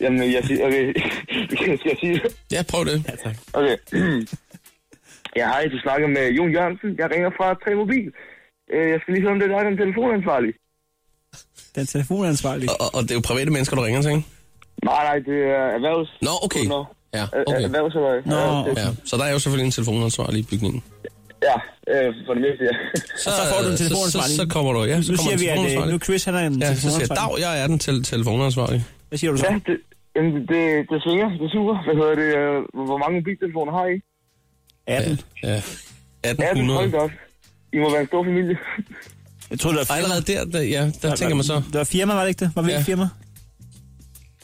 S8: Jamen, jeg siger, okay, [LAUGHS] skal jeg sige det?
S3: Ja, prøv det.
S2: Ja, tak.
S8: Okay. [CLEARS THROAT] Ja, hej, du snakker med Jon Jørgensen. Jeg ringer fra 3 Mobil. Øh, Jeg skal lige høre, om det er dig, der er den telefonansvarlig.
S2: Den telefonansvarlige.
S3: Og, og, og det er jo private mennesker, du ringer til, ikke?
S8: Nej, nej, det er erhvervs...
S3: Nå, okay.
S8: Nå, Øh,
S3: Ja,
S8: okay.
S3: okay.
S8: Erhvervsaløj.
S2: Nå,
S3: Ja, så der er jo selvfølgelig en telefonansvarlig i bygningen.
S8: Ja, øh, for det meste, ja. [LAUGHS]
S3: Så,
S2: så får du en
S3: øh, Så,
S2: telefonansvarlig.
S3: så, så kommer du, ja, så
S2: nu
S3: kommer
S2: siger
S3: en
S2: vi, at øh,
S3: telefonansvarlig.
S2: nu Chris han er en
S3: Ja, så siger jeg, Dag,
S2: telefonansvarlig.
S3: jeg er den tel- telefonansvarlige.
S2: Hvad siger du
S8: Ja,
S2: så?
S8: det, jamen, det, det svinger. Det er super. Hvad hedder det? øh, Hvor mange mobiltelefoner har I?
S2: 18.
S3: Ja.
S8: Ja, det
S3: 1800.
S8: hold da op. I
S5: é
S8: må være
S5: um
S8: en stor familie.
S2: Jeg troede, det var
S3: Ej, Allerede der, der, ja, der tænker man så,
S2: Det var firma, var det ikke det? Var vi
S3: Ja.
S2: ikke firma?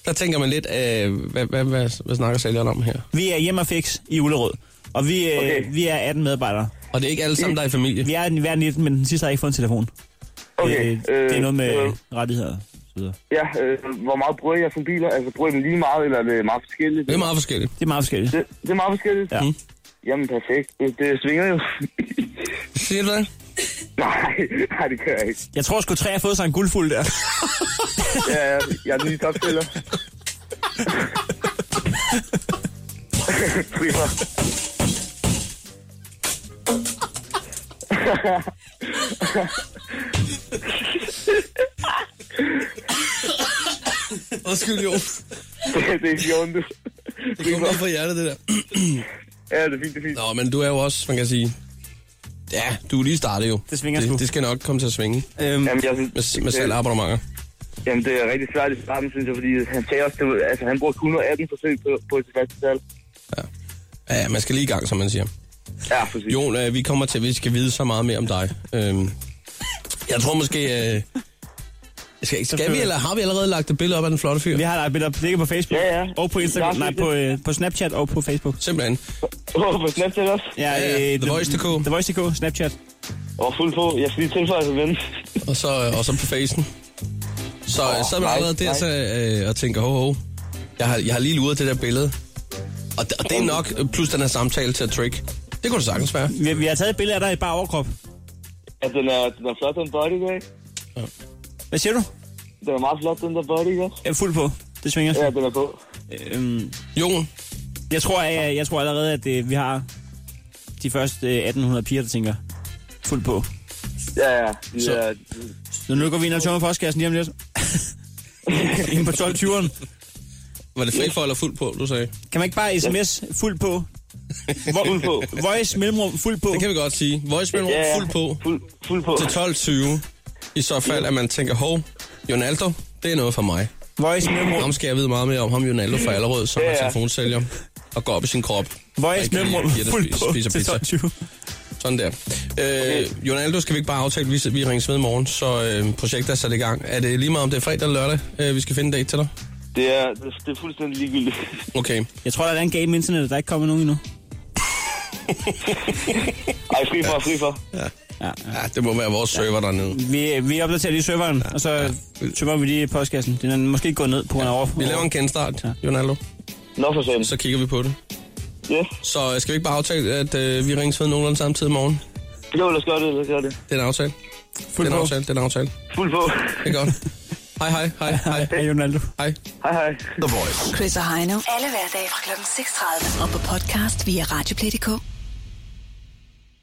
S3: der tænker man lidt, øh, hvad, hvad, hvad, hvad snakker sælgeren om her?
S2: Vi er hjemme og fix i Ullerød. Og vi, øh,
S8: Okay.
S2: vi er 18 medarbejdere.
S3: Og det er ikke alle sammen, der er i familie.
S2: Vi er hver 19, men den sidste har ikke fået en telefon.
S8: Okay.
S2: Øh, det er noget med
S8: øh,
S2: øh, rettigheder og så videre.
S8: Ja, øh, hvor meget bruger jeg som biler? Altså, bruger I dem lige meget, eller er det meget forskelligt? [LAUGHS]
S3: Det er meget forskelligt.
S2: Det er meget forskelligt.
S8: det, det er meget forskelligt.
S2: Ja.
S3: Mhm.
S8: Mm. Jamen, perfekt. Det, det svinger jo.
S3: Siger du det?
S8: nej, nej, det kan jeg ikke.
S2: Jeg tror sgu, tre har fået sig en guldfuld der.
S8: Ja, ja, jeg er den nye topspiller. Fri for.
S3: Undskyld, jo.
S8: [LAUGHS] det, det er ikke ondt.
S3: Det kom lige fra hjertet, det der.
S8: [CLEARS THROAT] Ja, det er fint, det er fint.
S3: Nå, men du er jo også, man kan sige... Ja, du er lige startet jo.
S2: Det svinger sgu.
S3: det, det skal nok komme til at svinge
S2: øhm,
S8: Jamen, jeg synes,
S3: med, med selv abonnementer.
S8: jamen, det er rigtig svært i starten, synes jeg, fordi han sagde også, det, var- altså, han bruger 118 forsøg på, på et tilfælde tal.
S3: Ja, man skal lige i gang, som man siger.
S8: Ja, præcis.
S3: Jon, øh, vi kommer til, at vi skal vide så meget mere om dig. Øhm, jeg tror måske... Øh, skal, skal vi, eller har vi allerede lagt et billede op af den flotte fyr?
S2: vi har lagt et billede op. Det ligger på Facebook
S8: Ja, ja.
S2: og på Instagram.
S8: Ja,
S2: Nej,
S8: det-
S2: på, øh, på Snapchat og på Facebook.
S3: Simpelthen.
S8: Åh, på Snapchat også?
S2: Ja, øh,
S3: Ja, ja. The Voice.dk.
S2: The Voice.dk, Snapchat.
S8: Og fuld på. Jeg skal lige tilføje til ven.
S3: Og så, øh, og så på facen. Så, oh, så er man
S8: nej,
S3: allerede der
S8: nej.
S3: så, øh, og tænker, ho, ho. Jeg har, jeg har lige luret det der billede. Og, d- og det er nok, øh, plus den her samtale til at trick. Det kunne det sagtens være.
S2: Vi, vi har taget et billede af dig i bare overkrop.
S8: Ja, den er, den er flot, den body der, ikke?
S2: Hvad siger du?
S8: Den er meget flot, den der body, ikke? også?
S2: Jeg er fuld på. Det svinger.
S8: Ja, den er på.
S2: Øhm,
S3: Jon,
S2: Jeg tror, jeg, jeg tror allerede, at øh, vi har de første øh, 1800 piger, der tænker fuld på.
S8: Ja, ja. De
S2: Så-
S8: er,
S2: Så nu går vi ind og tømmer postkassen lige om lidt. [LAUGHS] Inden på 12.20'eren.
S3: Var det fri for eller fuld på, du sagde?
S2: Kan man ikke bare sms fuld på? Hvor, fuld på. Voice mellemrum fuld på.
S3: Det kan vi godt sige. Voice
S8: ja, ja.
S3: fuld på.
S8: Fuld, fuld på.
S3: til 12.20. I så fald, at man tænker, hov, Jonaldo, det er noget for mig.
S2: Voice mellemrum.
S3: Ham skal jeg vide meget mere om. Ham Jonaldo fra Allerød, som
S8: Ja,
S3: er
S8: ja.
S3: telefonsælger og går op i sin krop.
S2: Voice
S3: Rigtig
S2: mellemrum
S3: irriterende
S2: fuld
S3: spis-
S2: på
S3: spiser
S2: til
S3: pizza.
S2: 12.20.
S3: Sådan der. Øh, Jonaldo, skal vi ikke bare aftale, at vi, vi ringes ved i morgen, så øh, projektet er sat i gang. Er det lige meget, om det er fredag eller lørdag, øh, vi skal finde en date til dig?
S8: Det er, det er fuldstændig ligegyldigt.
S3: Okay.
S2: Jeg tror, der er en game internet, der er ikke kommer nogen endnu.
S8: Ej, fri for, fri for.
S3: Ja, det må være vores server dernede.
S2: Vi, vi opdaterer lige serveren, og så tømmer vi lige postkassen. Den er måske gået ned på grund af over.
S3: Vi laver en genstart,
S2: Ja.
S3: Jonaldo.
S8: Nå for sent.
S3: Så kigger vi på det.
S8: Yes.
S3: Så øh, skal vi ikke bare aftale, at øh, vi ringes ved nogenlunde samtidig i morgen?
S8: Jo, lad os gøre det, lad os gøre det.
S3: Det er en aftale.
S2: fuld
S3: Det er en
S2: på.
S3: aftale. Det er en aftale.
S8: Fuld på.
S3: Det
S8: [LAUGHS]
S3: er godt. hej, hej, hej, hej.
S2: Hej, Ronaldo.
S3: Hej.
S8: Hej, hej.
S4: The Voice.
S1: Chris og Heino. Alle hverdage fra kl. 6.30. Og på podcast via Radioplay.dk.